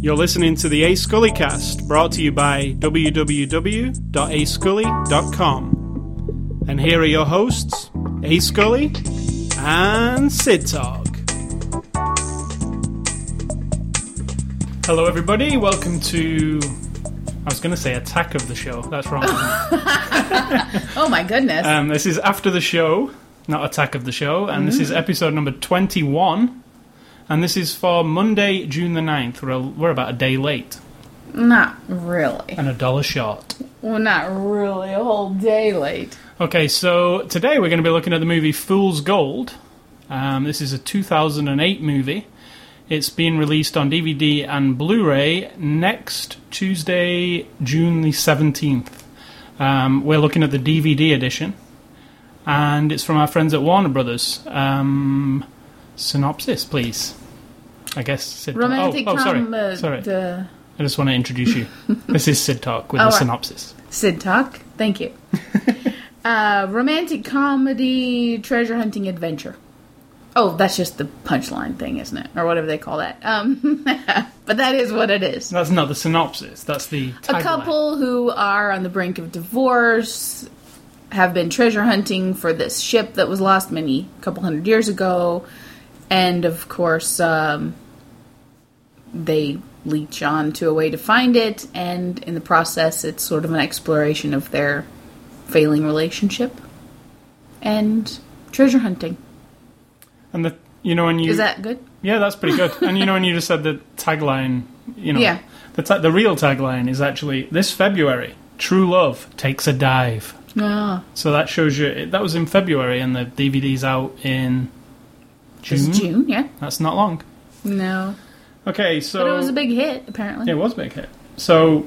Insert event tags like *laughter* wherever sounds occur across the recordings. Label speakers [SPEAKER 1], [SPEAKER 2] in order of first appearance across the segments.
[SPEAKER 1] You're listening to the A Scully cast brought to you by www.ascully.com. And here are your hosts, A Scully and Sid Talk. Hello, everybody. Welcome to. I was going to say attack of the show. That's wrong.
[SPEAKER 2] Oh my goodness.
[SPEAKER 1] um, this is after the show, not attack of the show, and this is episode number 21. And this is for Monday, June the 9th. We're, we're about a day late
[SPEAKER 2] not really.
[SPEAKER 1] and a dollar short.
[SPEAKER 2] Well, not really. A whole day late.
[SPEAKER 1] Okay, so today we're going to be looking at the movie Fool's Gold. Um, this is a 2008 movie. It's being released on DVD and Blu ray next Tuesday, June the 17th. Um, we're looking at the DVD edition, and it's from our friends at Warner Brothers. Um, synopsis, please. I guess Sid. Talk-
[SPEAKER 2] Romantic
[SPEAKER 1] oh, oh, sorry.
[SPEAKER 2] com- uh,
[SPEAKER 1] sorry.
[SPEAKER 2] The
[SPEAKER 1] I just want to introduce
[SPEAKER 2] *laughs*
[SPEAKER 1] you. this is Sid Talk with
[SPEAKER 2] Oh,
[SPEAKER 1] the
[SPEAKER 2] right.
[SPEAKER 1] synopsis.
[SPEAKER 2] Sid Talk.
[SPEAKER 1] *laughs*
[SPEAKER 2] Thank you. uh, romantic comedy, treasure hunting adventure. Oh, that's just the punchline thing, isn't it? Or whatever they call that. Um, *laughs* but that is what it is.
[SPEAKER 1] That's not the synopsis. That's the
[SPEAKER 2] a
[SPEAKER 1] tagline.
[SPEAKER 2] couple who are on the brink of divorce have been treasure hunting for this ship that was lost many couple hundred years ago and of course um, they leech on to a way to find it and in the process it's sort of an exploration of their failing relationship and treasure hunting
[SPEAKER 1] And the you know when you
[SPEAKER 2] is that good
[SPEAKER 1] yeah that's pretty good. and you know when you just said the tagline, you know
[SPEAKER 2] Yeah.
[SPEAKER 1] the ta- the real tagline is actually this February true love takes a dive.
[SPEAKER 2] no
[SPEAKER 1] So that shows you that was in February and the DVD's out in
[SPEAKER 2] it's
[SPEAKER 1] June.
[SPEAKER 2] june yeah
[SPEAKER 1] That's not long.
[SPEAKER 2] no
[SPEAKER 1] Okay, so
[SPEAKER 2] but it was a big hit apparently
[SPEAKER 1] it was a big hit. So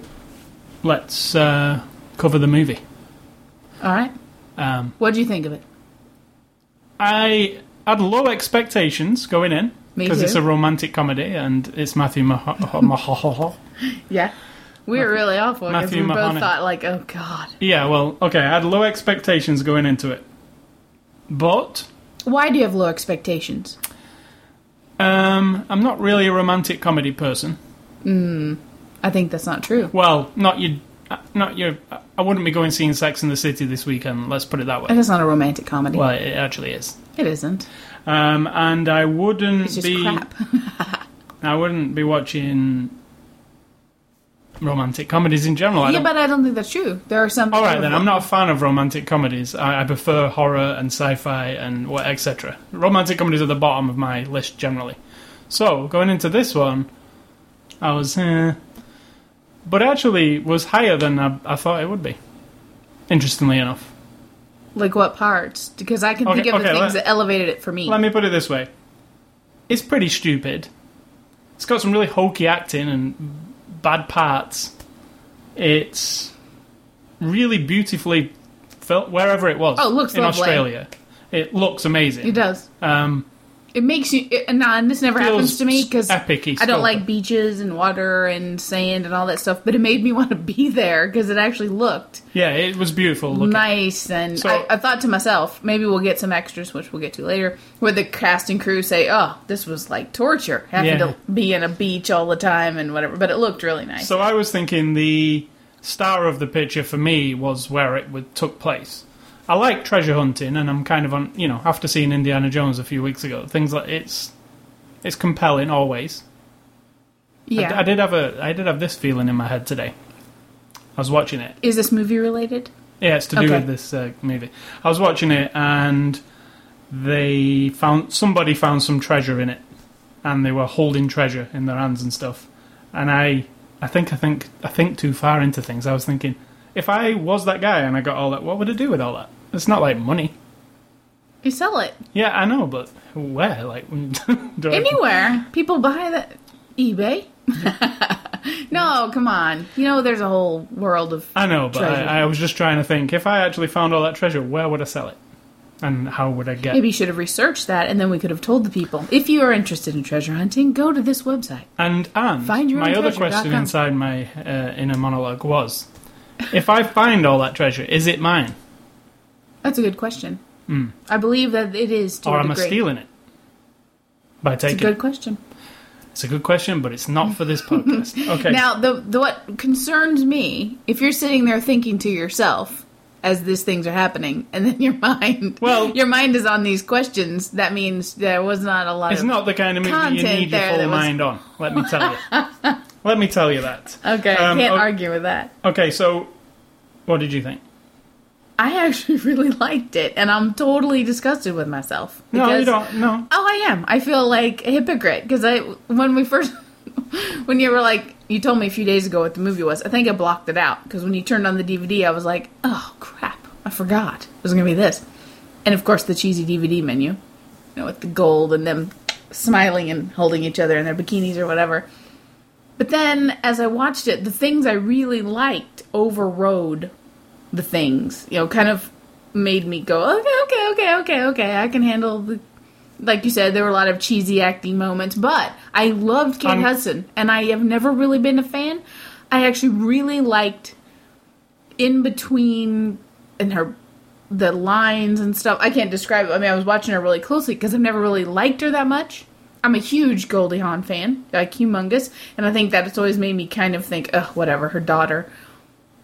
[SPEAKER 1] let's uh, cover the movie.
[SPEAKER 2] all right
[SPEAKER 1] Um,
[SPEAKER 2] what do you think of it
[SPEAKER 1] I had low expectations going in
[SPEAKER 2] Me
[SPEAKER 1] because it's
[SPEAKER 2] too.
[SPEAKER 1] a romantic comedy and it's Matthew
[SPEAKER 2] *laughs*
[SPEAKER 1] Mah- Mah-
[SPEAKER 2] Yeah. We were really awful because we
[SPEAKER 1] Matthew
[SPEAKER 2] both
[SPEAKER 1] Mahoney.
[SPEAKER 2] thought like, oh god.
[SPEAKER 1] Yeah, well, okay, I had low expectations going into it. But
[SPEAKER 2] Why do you have low expectations?
[SPEAKER 1] um, I'm not really a romantic comedy person.
[SPEAKER 2] I think that's not true.
[SPEAKER 1] Well, not your not your I wouldn't be going seeing Sex in the City this weekend, let's put it that way.
[SPEAKER 2] That's not a romantic comedy.
[SPEAKER 1] Well, it actually is.
[SPEAKER 2] It isn't.
[SPEAKER 1] Um, and I wouldn't
[SPEAKER 2] It's just
[SPEAKER 1] be
[SPEAKER 2] crap.
[SPEAKER 1] I wouldn't be watching romantic comedies in general. I
[SPEAKER 2] yeah,
[SPEAKER 1] don't
[SPEAKER 2] but I don't think that's true. There are some
[SPEAKER 1] All right then. I'm not a fan of romantic comedies. I, I prefer horror and sci-fi and what etc. Romantic comedies are the bottom of my list generally. So going into this one, I was, eh, but actually was higher than I, I thought it would be. Interestingly enough,
[SPEAKER 2] like what parts? Because I can
[SPEAKER 1] Okay,
[SPEAKER 2] think of the
[SPEAKER 1] okay,
[SPEAKER 2] things
[SPEAKER 1] let-
[SPEAKER 2] that elevated it for me.
[SPEAKER 1] let me put it this way: it's pretty stupid. It's got some really hokey acting and bad parts. It's really beautifully filmed wherever it was.
[SPEAKER 2] Oh, it looks
[SPEAKER 1] in
[SPEAKER 2] lovely.
[SPEAKER 1] Australia. It looks amazing.
[SPEAKER 2] it does.
[SPEAKER 1] Um,
[SPEAKER 2] It makes you. It, nah, and this never
[SPEAKER 1] Feels
[SPEAKER 2] happens to me because I
[SPEAKER 1] epic-y
[SPEAKER 2] don't
[SPEAKER 1] still.
[SPEAKER 2] like beaches and water and sand and all that stuff. But it made me want to be there because it actually looked
[SPEAKER 1] yeah, it was beautiful. Looking.
[SPEAKER 2] nice and
[SPEAKER 1] So-
[SPEAKER 2] I, I thought to myself maybe we'll get some extras which we'll get to later where the cast and crew say oh this was like torture having
[SPEAKER 1] Yeah.
[SPEAKER 2] to be in a beach all the time and whatever but it looked really nice
[SPEAKER 1] So I was thinking the star of the picture for me was where it would, took place. I like treasure hunting, and I'm kind of on you know after seeing Indiana Jones a few weeks ago, things like it's it's compelling always. I d-
[SPEAKER 2] yeah
[SPEAKER 1] I, did have a I did have this feeling in my head today. I was watching it.
[SPEAKER 2] is this movie related
[SPEAKER 1] Yeah, it's to do
[SPEAKER 2] Okay.
[SPEAKER 1] with this uh, movie. I was watching it, and they found somebody found some treasure in it, and they were holding treasure in their hands and stuff. And I, I think, I think, I think too far into things. I was thinking, if I was that guy and I got all that, what would I do with all that? It's not like money.
[SPEAKER 2] you sell it
[SPEAKER 1] Yeah, I know, but where? Like, *laughs* do I-
[SPEAKER 2] anywhere people buy that eBay *laughs* no come on you know there's a whole world of
[SPEAKER 1] I know, but
[SPEAKER 2] Treasure.
[SPEAKER 1] I, I was just trying to think. If I actually found all that treasure, where would I sell it? And how would I get?
[SPEAKER 2] maybe you should have researched that and then we could have told the people if you are interested in treasure hunting go to this website
[SPEAKER 1] And and
[SPEAKER 2] Find your
[SPEAKER 1] my
[SPEAKER 2] own
[SPEAKER 1] other
[SPEAKER 2] treasure dot
[SPEAKER 1] question
[SPEAKER 2] com.
[SPEAKER 1] inside my uh, inner monologue was, if I find all that treasure, is it mine,
[SPEAKER 2] that's a good question I believe that it is to
[SPEAKER 1] Hmm. or
[SPEAKER 2] a
[SPEAKER 1] am I
[SPEAKER 2] degree.
[SPEAKER 1] stealing it by
[SPEAKER 2] It's a
[SPEAKER 1] taking?
[SPEAKER 2] good
[SPEAKER 1] it?
[SPEAKER 2] question.
[SPEAKER 1] It's a good question, but it's not for this podcast.
[SPEAKER 2] *laughs*
[SPEAKER 1] Okay.
[SPEAKER 2] Now, the, the what concerns me, if you're sitting there thinking to yourself as these things are happening, *laughs* and then your mind,
[SPEAKER 1] Well-
[SPEAKER 2] your mind is on these questions, that means there was not a lot
[SPEAKER 1] it's
[SPEAKER 2] of
[SPEAKER 1] not the kind of movie you
[SPEAKER 2] content
[SPEAKER 1] need your
[SPEAKER 2] there that
[SPEAKER 1] full
[SPEAKER 2] was-
[SPEAKER 1] mind on. Let me tell you.
[SPEAKER 2] *laughs*
[SPEAKER 1] let me tell you that.
[SPEAKER 2] Okay,
[SPEAKER 1] Um,
[SPEAKER 2] can't
[SPEAKER 1] o-
[SPEAKER 2] argue with that.
[SPEAKER 1] Okay, so what did you think?
[SPEAKER 2] I *laughs* actually really liked it, and I'm totally disgusted with myself.
[SPEAKER 1] No, you
[SPEAKER 2] because-
[SPEAKER 1] don't. No.
[SPEAKER 2] Oh, I am. I feel like a hypocrite because I when we first *laughs* when you were like you told me a few days ago what the movie was. I think I blocked it out because when you turned on the DVD, I was like, oh crap, I forgot it was gonna be this, and of course the cheesy DVD menu, you know, with the gold and them smiling and holding each other in their bikinis or whatever. But then as I watched it, the things I really liked overrode the things. You know, kind of made me go, okay, okay, okay, okay, okay, I can handle the like you said, there were a lot of cheesy acting moments, but I loved Kate
[SPEAKER 1] Um,
[SPEAKER 2] Hudson, and I have never really been a fan. I actually really liked in between and her the lines and stuff. I can't describe it. I mean, I was watching her really closely because I've never really liked her that much. I'm a huge Goldie Hawn fan, like humongous, and I think that it's always made me kind of think, ugh, whatever, her daughter.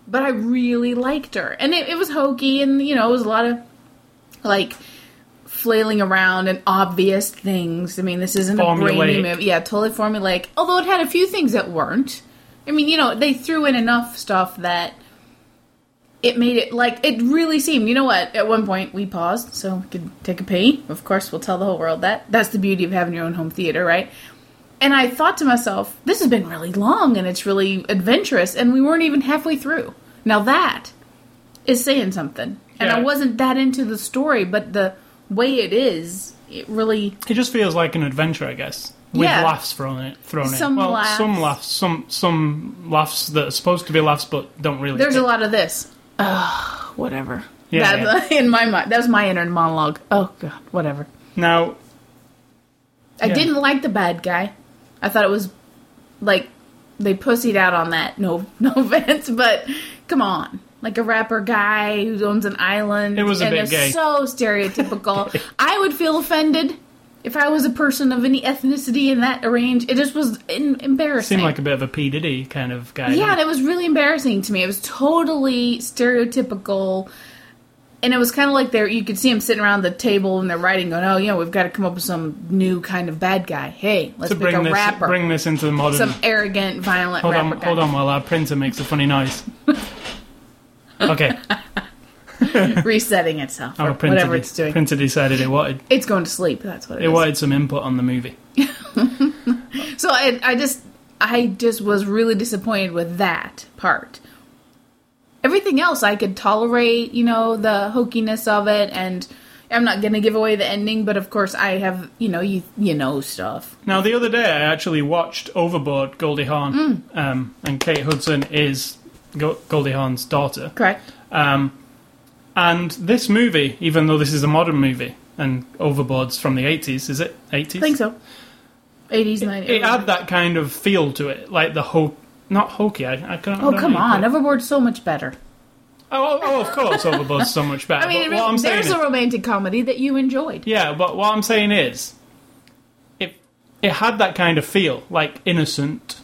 [SPEAKER 2] But I really liked her, and it, it was hokey, and you know, it was a lot of like flailing around and obvious things. I mean, this isn't a brainy
[SPEAKER 1] Formulaic.
[SPEAKER 2] movie. Yeah, totally formulaic. Although it had a few things that weren't. I mean, you know, they threw in enough stuff that it made it like it really seemed. You know what? At one point we paused so we could take a pee. Of course, we'll tell the whole world that. That's the beauty of having your own home theater, right? And I thought to myself, this has been really long and it's really adventurous, and we weren't even halfway through. Now that is saying something. And I
[SPEAKER 1] Yeah.
[SPEAKER 2] wasn't that into the story, but the way it is, it really
[SPEAKER 1] It just feels like an adventure, I guess. With
[SPEAKER 2] Yeah.
[SPEAKER 1] laughs thrown in, thrown
[SPEAKER 2] Some
[SPEAKER 1] in. Well,
[SPEAKER 2] laughs.
[SPEAKER 1] some laughs, some some laughs that are supposed to be laughs but don't really.
[SPEAKER 2] there's a
[SPEAKER 1] hit.
[SPEAKER 2] lot of this. Ugh, whatever.
[SPEAKER 1] Yeah,
[SPEAKER 2] that, *laughs* in my mind, that was my inner monologue. Oh god, whatever.
[SPEAKER 1] Now,
[SPEAKER 2] I
[SPEAKER 1] Yeah.
[SPEAKER 2] didn't like the bad guy. I thought it was like they pussied out on that. No, *laughs* no offense, but come on, like a rapper guy who owns an island.
[SPEAKER 1] It was a
[SPEAKER 2] and
[SPEAKER 1] bit
[SPEAKER 2] it's
[SPEAKER 1] gay. *laughs*
[SPEAKER 2] So stereotypical. I would feel offended if I was a person of any ethnicity in that range. It just was in- embarrassing.
[SPEAKER 1] seemed like a bit of a P Diddy kind of guy.
[SPEAKER 2] Yeah, and
[SPEAKER 1] didn't
[SPEAKER 2] it was really embarrassing to me. It was totally stereotypical. And it was kind of like they're, you could see them sitting around the table and they're writing, going, oh, you know, we've got to come up with some new kind of bad guy. Hey, let's
[SPEAKER 1] to
[SPEAKER 2] make a
[SPEAKER 1] bring this
[SPEAKER 2] rapper.
[SPEAKER 1] bring this into the modern.
[SPEAKER 2] some arrogant, violent
[SPEAKER 1] hold
[SPEAKER 2] rapper
[SPEAKER 1] on,
[SPEAKER 2] guy.
[SPEAKER 1] hold on, while our printer makes a funny noise.
[SPEAKER 2] *laughs*
[SPEAKER 1] okay,
[SPEAKER 2] *laughs* Resetting itself.
[SPEAKER 1] our
[SPEAKER 2] or
[SPEAKER 1] printer,
[SPEAKER 2] whatever
[SPEAKER 1] de-
[SPEAKER 2] it's doing.
[SPEAKER 1] printer decided it wanted
[SPEAKER 2] It's going to sleep. That's what it
[SPEAKER 1] it
[SPEAKER 2] is.
[SPEAKER 1] wanted some input on the movie.
[SPEAKER 2] So I, I just, I just was really disappointed with that part. Everything else I could tolerate, you know, the hokiness of it, and I'm not going to give away the ending, but of course I have, you know, you you know stuff.
[SPEAKER 1] Now, the other day, I actually watched Overboard. Goldie Hawn
[SPEAKER 2] Hmm.
[SPEAKER 1] um, and Kate Hudson is Go- Goldie Hawn's daughter.
[SPEAKER 2] Correct.
[SPEAKER 1] Um, and this movie, even though this is a modern movie, and Overboard's from the 80s, is it? 80s?
[SPEAKER 2] I think so. 80s, 90s.
[SPEAKER 1] It had that kind of feel to it, like the ho Not hokey, I, I can't. I
[SPEAKER 2] oh
[SPEAKER 1] don't
[SPEAKER 2] come
[SPEAKER 1] know.
[SPEAKER 2] on! Overboard's so much better.
[SPEAKER 1] Oh, oh, oh, of course, Overboard's so much better.
[SPEAKER 2] *laughs* I mean,
[SPEAKER 1] but what I'm saying
[SPEAKER 2] there's
[SPEAKER 1] is,
[SPEAKER 2] a romantic comedy that you enjoyed.
[SPEAKER 1] Yeah, but what I'm saying is, it it had that kind of feel, like innocent,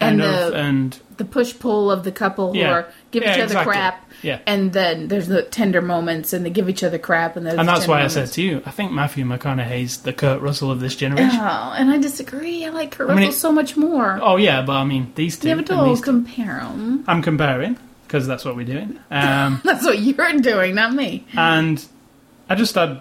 [SPEAKER 1] kind
[SPEAKER 2] And
[SPEAKER 1] of,
[SPEAKER 2] the-
[SPEAKER 1] and
[SPEAKER 2] The push pull of the couple who
[SPEAKER 1] Yeah.
[SPEAKER 2] are give
[SPEAKER 1] Yeah,
[SPEAKER 2] each other
[SPEAKER 1] exactly.
[SPEAKER 2] crap,
[SPEAKER 1] Yeah.
[SPEAKER 2] and then there's the tender moments, and they give each other crap, and, there's
[SPEAKER 1] and
[SPEAKER 2] the
[SPEAKER 1] that's
[SPEAKER 2] tender
[SPEAKER 1] why I
[SPEAKER 2] moments.
[SPEAKER 1] said to you, I think Matthew McConaughey's the Kurt Russell of this generation.
[SPEAKER 2] Oh, and I disagree. I like Kurt
[SPEAKER 1] mean,
[SPEAKER 2] Russell
[SPEAKER 1] it-
[SPEAKER 2] so much more.
[SPEAKER 1] Oh yeah, but I mean these two.
[SPEAKER 2] yeah, but
[SPEAKER 1] and
[SPEAKER 2] don't
[SPEAKER 1] these two.
[SPEAKER 2] compare 'em. *laughs*
[SPEAKER 1] I'm comparing because that's what we're doing. Um,
[SPEAKER 2] That's what you're doing, not me.
[SPEAKER 1] and I just had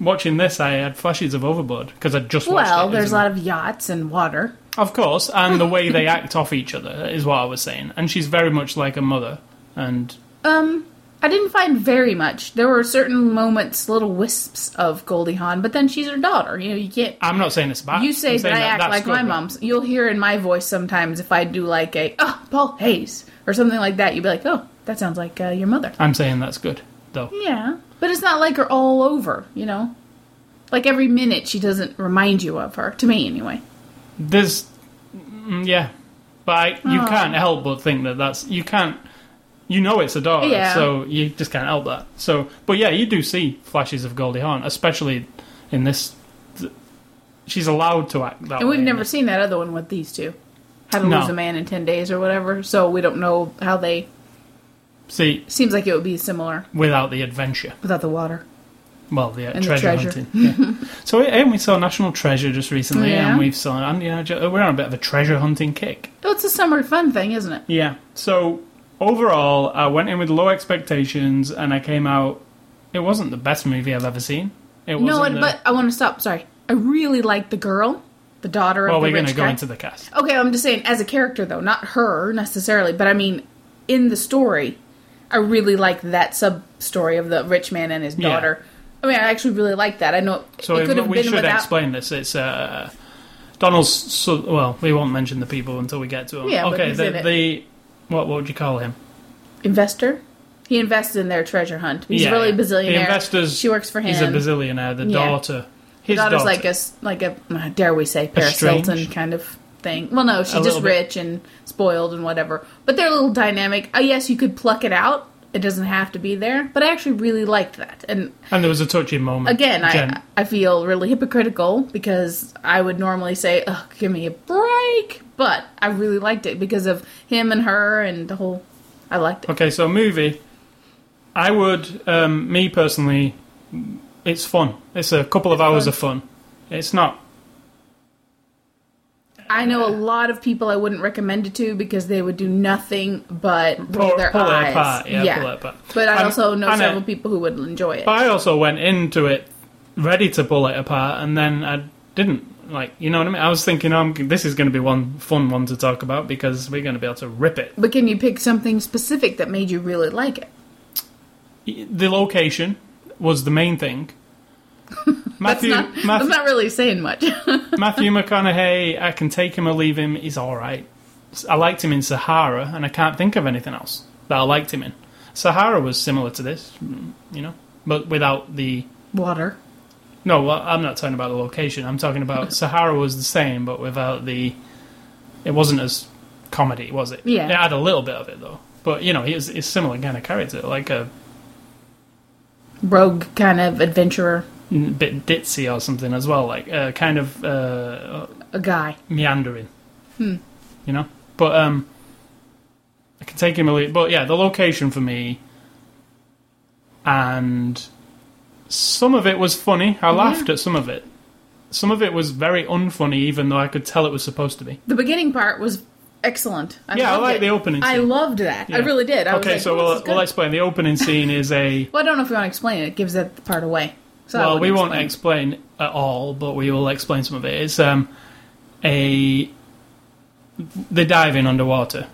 [SPEAKER 1] watching this. I had flashes of Overboard because I just watched
[SPEAKER 2] Well,
[SPEAKER 1] it,
[SPEAKER 2] there's a
[SPEAKER 1] isn't
[SPEAKER 2] lot of yachts and water.
[SPEAKER 1] it? of course, and the way they act off each other is what I was saying. And she's very much like a mother, and
[SPEAKER 2] Um, I didn't find very much. There were certain moments, little wisps of Goldie Hawn, but then she's her daughter. You know, you can't.
[SPEAKER 1] I'm not saying it's bad.
[SPEAKER 2] You
[SPEAKER 1] I'm
[SPEAKER 2] say that
[SPEAKER 1] saying
[SPEAKER 2] I act
[SPEAKER 1] that's
[SPEAKER 2] like my
[SPEAKER 1] good.
[SPEAKER 2] mom's. You'll hear in my voice sometimes if I do like a oh Paul Hayes or something like that. You'd be like, oh, that sounds like uh, your mother.
[SPEAKER 1] I'm saying that's good though.
[SPEAKER 2] Yeah, but it's not like her all over, you know. Like every minute, she doesn't remind you of her. To me, anyway.
[SPEAKER 1] There's, mm, yeah, but I, you
[SPEAKER 2] Oh.
[SPEAKER 1] can't help but think that that's you can't. You know it's a daughter,
[SPEAKER 2] Yeah.
[SPEAKER 1] so you just can't help that. So, but yeah, you do see flashes of Goldie Hawn, especially in this th- she's allowed to act that
[SPEAKER 2] And
[SPEAKER 1] way.
[SPEAKER 2] we've
[SPEAKER 1] in
[SPEAKER 2] never
[SPEAKER 1] it.
[SPEAKER 2] seen that other one with these two. How to
[SPEAKER 1] Oh, No.
[SPEAKER 2] lose a man in ten days or whatever. So we don't know how they.
[SPEAKER 1] see
[SPEAKER 2] Seems like it would be similar
[SPEAKER 1] without the adventure.
[SPEAKER 2] without the water.
[SPEAKER 1] Well, the uh,
[SPEAKER 2] And the
[SPEAKER 1] treasure,
[SPEAKER 2] treasure.
[SPEAKER 1] hunting.
[SPEAKER 2] *laughs*
[SPEAKER 1] Yeah. so yeah, and we saw National Treasure just recently,
[SPEAKER 2] Yeah.
[SPEAKER 1] and we've saw and yeah, ju- we're on a bit of a treasure hunting kick.
[SPEAKER 2] Oh, it's a summer fun thing, isn't it?
[SPEAKER 1] Yeah. So overall, I went in with low expectations, and I came out. It wasn't the best movie I've ever seen. It wasn't
[SPEAKER 2] No,
[SPEAKER 1] the-
[SPEAKER 2] and, but I want to stop. Sorry, I really like the girl, the daughter
[SPEAKER 1] well,
[SPEAKER 2] of the
[SPEAKER 1] we're going to
[SPEAKER 2] rich
[SPEAKER 1] go
[SPEAKER 2] guy.
[SPEAKER 1] into the cast.
[SPEAKER 2] Okay, I'm just saying as a character though, not her necessarily, but I mean in the story, I really like that sub story of the rich man and his
[SPEAKER 1] Yeah.
[SPEAKER 2] daughter. I mean, I actually really like that. I know
[SPEAKER 1] So
[SPEAKER 2] it could have
[SPEAKER 1] we
[SPEAKER 2] been
[SPEAKER 1] should
[SPEAKER 2] without.
[SPEAKER 1] explain this. It's uh, Donald's. So, well, we won't mention the people until we get to him.
[SPEAKER 2] Yeah, but
[SPEAKER 1] okay.
[SPEAKER 2] he's
[SPEAKER 1] the,
[SPEAKER 2] in it.
[SPEAKER 1] the what? What would you call him?
[SPEAKER 2] investor. He invests in their treasure hunt. He's
[SPEAKER 1] Yeah,
[SPEAKER 2] really a
[SPEAKER 1] yeah.
[SPEAKER 2] bazillionaire.
[SPEAKER 1] The investors.
[SPEAKER 2] She works for him.
[SPEAKER 1] He's a bazillionaire. The
[SPEAKER 2] Um, Yeah.
[SPEAKER 1] daughter. His
[SPEAKER 2] daughter's
[SPEAKER 1] daughter.
[SPEAKER 2] like a s- like a uh, dare we say Paris
[SPEAKER 1] Estranged?
[SPEAKER 2] Hilton kind of thing. Well, no, she's
[SPEAKER 1] A
[SPEAKER 2] just
[SPEAKER 1] little bit.
[SPEAKER 2] rich and spoiled and whatever. But they're a little dynamic. Uh, yes, you could pluck it out. It doesn't have to be there. But I actually really liked that. And
[SPEAKER 1] and there was a touching moment.
[SPEAKER 2] again,
[SPEAKER 1] Jen.
[SPEAKER 2] I I feel really hypocritical because I would normally say, "Oh, give me a break," but I really liked it because of him and her and the whole. I liked it.
[SPEAKER 1] Okay, so movie. I would, um, me personally, it's fun. It's a couple of hours of fun. It's not.
[SPEAKER 2] I know a lot of people I wouldn't recommend it to because they would do nothing but roll
[SPEAKER 1] Pull-
[SPEAKER 2] their
[SPEAKER 1] pull it
[SPEAKER 2] eyes.
[SPEAKER 1] apart, yeah, pull it apart.
[SPEAKER 2] But I
[SPEAKER 1] And-
[SPEAKER 2] also know
[SPEAKER 1] and
[SPEAKER 2] several
[SPEAKER 1] it-
[SPEAKER 2] people who would enjoy it.
[SPEAKER 1] But I also went into it ready to pull it apart, and then I didn't. Like, you know what I mean? I was thinking, um, this is going to be one fun one to talk about because we're going to be able to rip it.
[SPEAKER 2] But can you pick something specific that made you really like it?
[SPEAKER 1] The location was the main thing. Matthew,
[SPEAKER 2] Not,
[SPEAKER 1] Matthew,
[SPEAKER 2] I'm not really saying much. *laughs*
[SPEAKER 1] Matthew McConaughey, I can take him or leave him. He's all right. I liked him in Sahara, and I can't think of anything else that I liked him in. Sahara was similar to this, mm, you know, but without the.
[SPEAKER 2] Water.
[SPEAKER 1] No, well, I'm not talking about the location. I'm talking about Sahara was the same, but without the. It wasn't as comedy, was it?
[SPEAKER 2] Yeah.
[SPEAKER 1] It had a little bit of it though, but you know, he's a similar kind of character, like a
[SPEAKER 2] Rogue kind of adventurer.
[SPEAKER 1] bit ditzy or something as well, like uh, kind of uh,
[SPEAKER 2] A guy.
[SPEAKER 1] meandering.
[SPEAKER 2] Hmm.
[SPEAKER 1] You know, but um, I can take him a lead. But yeah, the location for me, and some of it was funny. I laughed at some of it. Some of it was very unfunny, even though I could tell it was supposed to be.
[SPEAKER 2] The beginning part was excellent. I
[SPEAKER 1] Yeah, I
[SPEAKER 2] loved
[SPEAKER 1] like
[SPEAKER 2] it.
[SPEAKER 1] the opening
[SPEAKER 2] I
[SPEAKER 1] scene.
[SPEAKER 2] loved that. I
[SPEAKER 1] Yeah.
[SPEAKER 2] really did. I was
[SPEAKER 1] okay,
[SPEAKER 2] like,
[SPEAKER 1] so
[SPEAKER 2] "Oh, this
[SPEAKER 1] we'll,
[SPEAKER 2] is good."
[SPEAKER 1] we'll explain. The opening scene is a
[SPEAKER 2] Well, I don't know if you want to explain it. It gives that part away. So I
[SPEAKER 1] well, we won't
[SPEAKER 2] explain.
[SPEAKER 1] explain at all, but we will explain some of it. It's um, a they're diving underwater,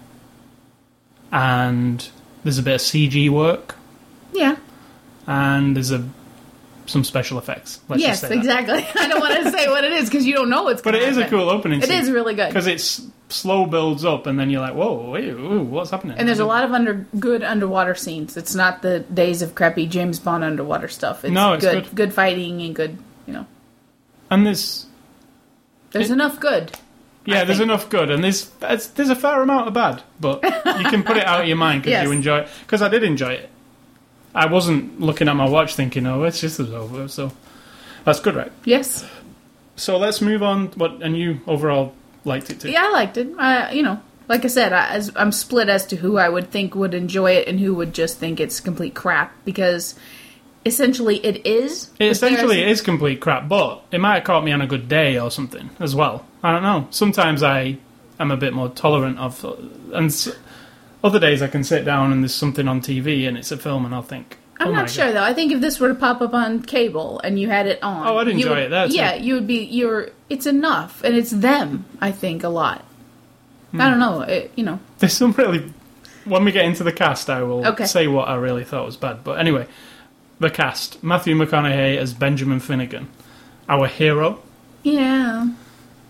[SPEAKER 1] and there's a bit of CG work.
[SPEAKER 2] Yeah.
[SPEAKER 1] and there's a some special effects. Let's
[SPEAKER 2] yes,
[SPEAKER 1] just say that.
[SPEAKER 2] exactly. *laughs* I don't want to say what it is because you don't know what's
[SPEAKER 1] But
[SPEAKER 2] going
[SPEAKER 1] it is a cool opening.
[SPEAKER 2] It is really good.
[SPEAKER 1] because it's slow builds up, and then you're like, "Whoa, wait, ooh, what's happening?"
[SPEAKER 2] And there's a lot of under good underwater scenes. It's not the days of crappy James Bond underwater stuff. It's,
[SPEAKER 1] No, it's
[SPEAKER 2] good,
[SPEAKER 1] good.
[SPEAKER 2] fighting and good. You know,
[SPEAKER 1] and there's
[SPEAKER 2] there's
[SPEAKER 1] It-
[SPEAKER 2] enough good.
[SPEAKER 1] yeah,
[SPEAKER 2] I
[SPEAKER 1] there's
[SPEAKER 2] think-
[SPEAKER 1] enough good, and there's it's, there's a fair amount of bad, but you can put it out of your mind because
[SPEAKER 2] *laughs* Yes.
[SPEAKER 1] you enjoy it. Because I did enjoy it. I wasn't looking at my watch thinking, "Oh, it's just as over," so that's good, right?
[SPEAKER 2] Yes,
[SPEAKER 1] So let's move on. What and you overall liked it too?
[SPEAKER 2] yeah, I liked it. I, you know, like I said, I, as, I'm split as to who I would think would enjoy it and who would just think it's complete crap because essentially it is.
[SPEAKER 1] It
[SPEAKER 2] but
[SPEAKER 1] essentially
[SPEAKER 2] there's-
[SPEAKER 1] is complete crap, but it might have caught me on a good day or something as well. I don't know. Sometimes I am a bit more tolerant of, and s- other days I can sit down and there's something on TV and it's a film and I'll think.
[SPEAKER 2] I'm
[SPEAKER 1] "Oh my
[SPEAKER 2] not sure
[SPEAKER 1] God."
[SPEAKER 2] though. I think if this were to pop up on cable and you had it on,
[SPEAKER 1] Oh, I'd
[SPEAKER 2] you
[SPEAKER 1] enjoy
[SPEAKER 2] would-
[SPEAKER 1] it there, too.
[SPEAKER 2] Yeah, you would be. You're. It's enough, and it's them. I think a lot.
[SPEAKER 1] Hmm.
[SPEAKER 2] I don't know. It, you know.
[SPEAKER 1] There's some really. When we get into the cast, I will
[SPEAKER 2] Okay.
[SPEAKER 1] say what I really thought was bad. But anyway, the cast: Matthew McConaughey as Benjamin Finnegan, our hero.
[SPEAKER 2] Yeah.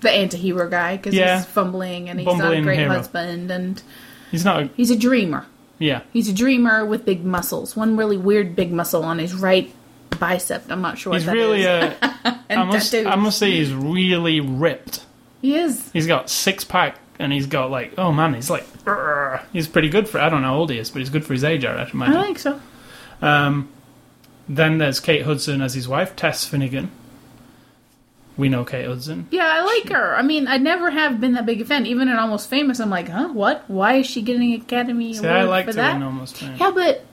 [SPEAKER 2] The anti-hero guy because
[SPEAKER 1] Yeah.
[SPEAKER 2] he's fumbling and he's not a
[SPEAKER 1] Bumbling
[SPEAKER 2] great
[SPEAKER 1] hero.
[SPEAKER 2] husband and
[SPEAKER 1] He's not. A,
[SPEAKER 2] he's a dreamer.
[SPEAKER 1] yeah,
[SPEAKER 2] He's a dreamer with big muscles. One really weird big muscle on his right bicep. I'm not sure what
[SPEAKER 1] he's
[SPEAKER 2] that
[SPEAKER 1] really.
[SPEAKER 2] is. *laughs*
[SPEAKER 1] Uh,
[SPEAKER 2] and
[SPEAKER 1] I must.
[SPEAKER 2] tattoos.
[SPEAKER 1] I must say, he's really ripped.
[SPEAKER 2] He is.
[SPEAKER 1] He's got six pack, and he's got like, oh man, he's like, "Urgh." he's pretty good for. I don't know how old he is, but he's good for his age, I
[SPEAKER 2] I
[SPEAKER 1] imagine.
[SPEAKER 2] think so.
[SPEAKER 1] Um, then there's Kate Hudson as his wife, Tess Finnegan. We know Kate Hudson.
[SPEAKER 2] Yeah, I like her. I mean, I never have been that big a fan. Even in Almost Famous, I'm like, huh, what? Why is she getting an Academy
[SPEAKER 1] See,
[SPEAKER 2] Award
[SPEAKER 1] I liked
[SPEAKER 2] for
[SPEAKER 1] her
[SPEAKER 2] that?
[SPEAKER 1] in Almost Famous.
[SPEAKER 2] Yeah, but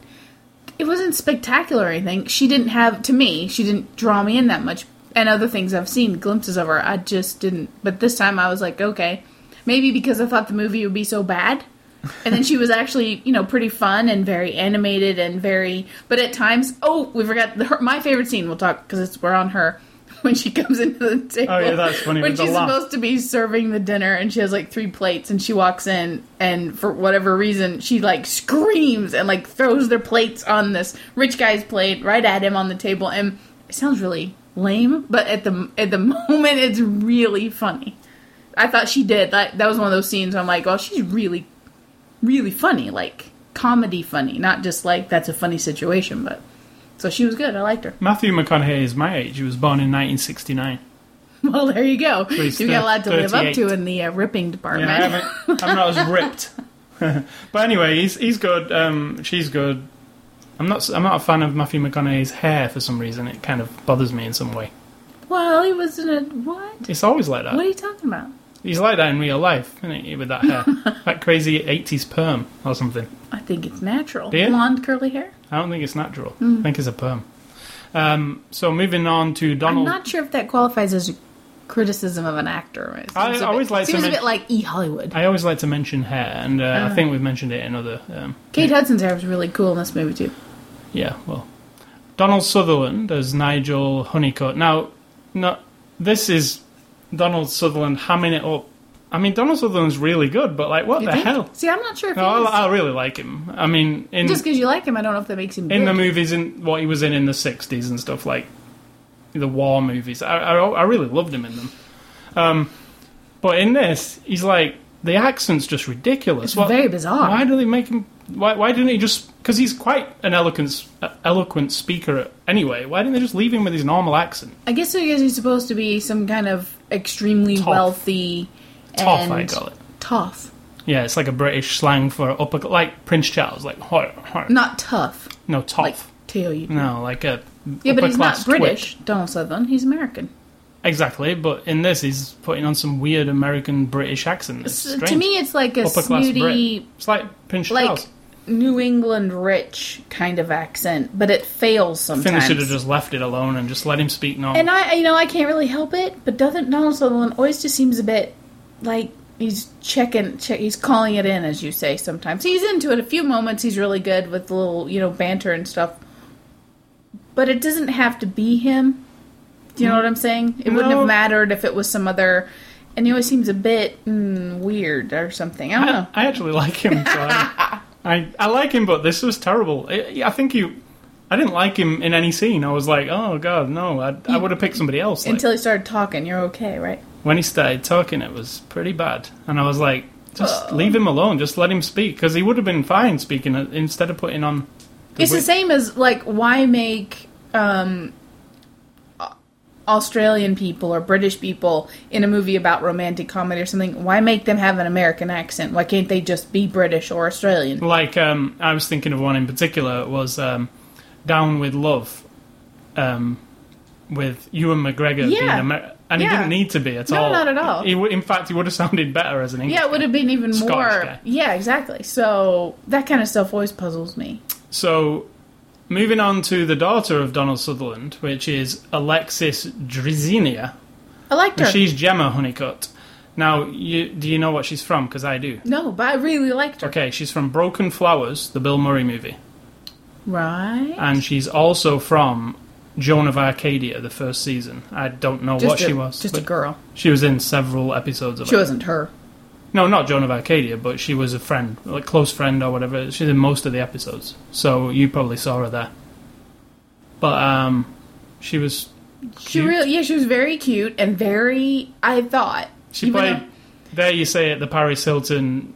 [SPEAKER 2] it wasn't spectacular or anything. She didn't have to me. She didn't draw me in that much. And other things I've seen glimpses of her, I just didn't. But this time I was like, okay, maybe because I thought the movie would be so bad. and then she was actually, you know, pretty fun and very animated and very. But at times, oh, we forgot the, her, my favorite scene. We'll talk because it's we're on her *laughs* when she comes into the table.
[SPEAKER 1] Oh, yeah, that's funny,
[SPEAKER 2] When
[SPEAKER 1] with the
[SPEAKER 2] she's
[SPEAKER 1] laugh.
[SPEAKER 2] supposed to be serving the dinner and she has like three plates and she walks in and for whatever reason she like screams and like throws their plates on this rich guy's plate right at him on the table and it sounds really lame, but at the at the *laughs* moment it's really funny. I thought she did. That that was one of those scenes where I'm like, well, she's really really funny, like comedy funny, not just like that's a funny situation, but so she was good. I liked her. *laughs*
[SPEAKER 1] Matthew McConaughey is my age. He was born in 1969.
[SPEAKER 2] Well, there you go.
[SPEAKER 1] he's
[SPEAKER 2] You've got a lot to live up
[SPEAKER 1] 38.
[SPEAKER 2] to in the uh, ripping department.
[SPEAKER 1] Yeah, I haven't, I'm not as ripped. *laughs* but anyway, he's he's good. Um, she's good. I'm not s- I'm not a fan of Matthew McConaughey's hair for some reason. It kind of bothers me in some way.
[SPEAKER 2] Well, he was in a what?
[SPEAKER 1] It's always like
[SPEAKER 2] What are
[SPEAKER 1] that.
[SPEAKER 2] you talking about?
[SPEAKER 1] He's like that in real life, isn't he? With that hair,
[SPEAKER 2] *laughs*
[SPEAKER 1] that crazy '80s perm or something.
[SPEAKER 2] I think it's natural.
[SPEAKER 1] Do you?
[SPEAKER 2] Blonde curly hair.
[SPEAKER 1] I don't think it's natural. I think it's a perm. Um, so moving on to
[SPEAKER 2] Mm. I'm
[SPEAKER 1] Donald.
[SPEAKER 2] not sure if that qualifies as a criticism of an actor. It
[SPEAKER 1] I
[SPEAKER 2] seems a
[SPEAKER 1] always
[SPEAKER 2] bit,
[SPEAKER 1] like to
[SPEAKER 2] seems a
[SPEAKER 1] men-
[SPEAKER 2] bit like E Hollywood.
[SPEAKER 1] I always like to mention hair, and uh, I think we've mentioned it in other. Um,
[SPEAKER 2] Kate Hudson's hair was really cool in this movie too.
[SPEAKER 1] Yeah, well, Donald Sutherland as Nigel Honeycutt. Now, no, this is Donald Sutherland hamming it up. I mean, Donald Sutherland's really good, but like, what
[SPEAKER 2] You
[SPEAKER 1] the
[SPEAKER 2] think?
[SPEAKER 1] hell?
[SPEAKER 2] See, I'm not sure if
[SPEAKER 1] No,
[SPEAKER 2] he is.
[SPEAKER 1] I, I really like him. I mean, in
[SPEAKER 2] just because you like him, I don't know if that makes him
[SPEAKER 1] in
[SPEAKER 2] good.
[SPEAKER 1] the movies in what he was in in the '60s and stuff like the war movies, I I, I really loved him in them. Um, but in this, he's like the accent's just ridiculous.
[SPEAKER 2] It's
[SPEAKER 1] What-
[SPEAKER 2] very bizarre.
[SPEAKER 1] why do they make him? Why, why didn't he just? Because he's quite an eloquent, uh, eloquent speaker anyway. Why didn't they just leave him with his normal accent?
[SPEAKER 2] I guess so because he's supposed to be some kind of extremely
[SPEAKER 1] Toff.
[SPEAKER 2] wealthy
[SPEAKER 1] Toff,
[SPEAKER 2] and
[SPEAKER 1] I call it.
[SPEAKER 2] tough,
[SPEAKER 1] Yeah, it's like a British slang for upper, like Prince Charles, like "Hoy, hoy."
[SPEAKER 2] not tough.
[SPEAKER 1] no toff,
[SPEAKER 2] Like tell you.
[SPEAKER 1] no, like a
[SPEAKER 2] yeah, but he's
[SPEAKER 1] upper-class
[SPEAKER 2] not
[SPEAKER 1] Mm. twit.
[SPEAKER 2] British. Donald Sutherland. He's American.
[SPEAKER 1] Exactly, but in this, he's putting on some weird American British accent. It's uh,
[SPEAKER 2] So
[SPEAKER 1] strange.
[SPEAKER 2] to me, it's like a
[SPEAKER 1] upper class Brit.
[SPEAKER 2] snooty,
[SPEAKER 1] It's like Prince
[SPEAKER 2] like
[SPEAKER 1] Charles.
[SPEAKER 2] New England rich kind of accent, but it fails
[SPEAKER 1] I think they
[SPEAKER 2] sometimes.
[SPEAKER 1] should have just left it alone and just let him speak normal.
[SPEAKER 2] and I, you know, I can't really help it, but doesn't Donald Sutherland always just seems a bit like he's checking, check, he's calling it in, as you say. Sometimes he's into it. A few moments he's really good with little, you know, banter and stuff, but it doesn't have to be him. Do you know what I'm saying? It wouldn't
[SPEAKER 1] No.
[SPEAKER 2] have mattered if it was some other. And he always seems a bit mm, weird or something. I don't know.
[SPEAKER 1] I, *laughs* I actually like him. So
[SPEAKER 2] *laughs*
[SPEAKER 1] I, I I like him, but this was terrible. I, I think you. I didn't like him in any scene. I was like, oh god, no! I, I would have picked somebody else. Like,
[SPEAKER 2] Until he started talking, you're okay, right?
[SPEAKER 1] when he started talking, it was pretty bad, and I was like, just
[SPEAKER 2] Oh.
[SPEAKER 1] leave him alone. Just let him speak because he would have been fine speaking uh, instead of putting on.
[SPEAKER 2] It's the
[SPEAKER 1] wait.
[SPEAKER 2] same as like why make um, Au- Australian people or British people in a movie about romantic comedy or something. Why make them have an American accent? Why can't they just be British or Australian?
[SPEAKER 1] Like um, I was thinking of one in particular was um, "Down with Love," um, with Ewan McGregor being
[SPEAKER 2] Yeah.
[SPEAKER 1] Amer- and he
[SPEAKER 2] Yeah.
[SPEAKER 1] didn't need to be at
[SPEAKER 2] No,
[SPEAKER 1] all.
[SPEAKER 2] not at all.
[SPEAKER 1] He, would in fact, he would have sounded better as an English.
[SPEAKER 2] Yeah, it would have been even
[SPEAKER 1] Scottish
[SPEAKER 2] more.
[SPEAKER 1] guy.
[SPEAKER 2] Yeah, exactly. So that kind of stuff always puzzles me.
[SPEAKER 1] So, moving on to the daughter of Donald Sutherland, which is Alexis Drizinia.
[SPEAKER 2] I liked her.
[SPEAKER 1] and She's Gemma Honeycutt. Now, you, do you know what she's from? Because I do.
[SPEAKER 2] no, but I really liked her.
[SPEAKER 1] Okay, she's from Broken Flowers, the Bill Murray movie,
[SPEAKER 2] Right?
[SPEAKER 1] and she's also from Joan of Arcadia, the first season. I don't know what
[SPEAKER 2] a,
[SPEAKER 1] she was.
[SPEAKER 2] Just a
[SPEAKER 1] but
[SPEAKER 2] girl.
[SPEAKER 1] She was in several episodes of
[SPEAKER 2] She
[SPEAKER 1] it.
[SPEAKER 2] wasn't her.
[SPEAKER 1] No, not Joan of Arcadia, but she was a friend, like close friend or whatever. She's in most of the episodes, so you probably saw her there. But um, she was.
[SPEAKER 2] She
[SPEAKER 1] cute.
[SPEAKER 2] really, yeah, she was very cute and very. I thought
[SPEAKER 1] She
[SPEAKER 2] even
[SPEAKER 1] played.
[SPEAKER 2] though-
[SPEAKER 1] there you say it, the Paris Hilton.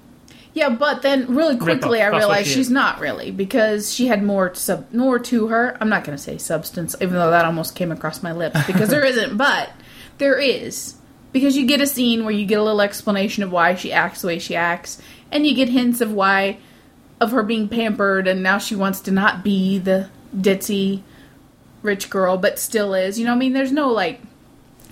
[SPEAKER 2] yeah, but then really quickly
[SPEAKER 1] That's
[SPEAKER 2] I
[SPEAKER 1] what
[SPEAKER 2] realized
[SPEAKER 1] she is.
[SPEAKER 2] she's not really because she had more sub more to her. I'm not going to say substance, even though that almost came across
[SPEAKER 1] *laughs*
[SPEAKER 2] my lips because there isn't, but there is because you get a scene where you get a little explanation of why she acts the way she acts, and you get hints of why of her being pampered, and now she wants to not be the ditzy rich girl, but still is. You know, what I mean, there's no like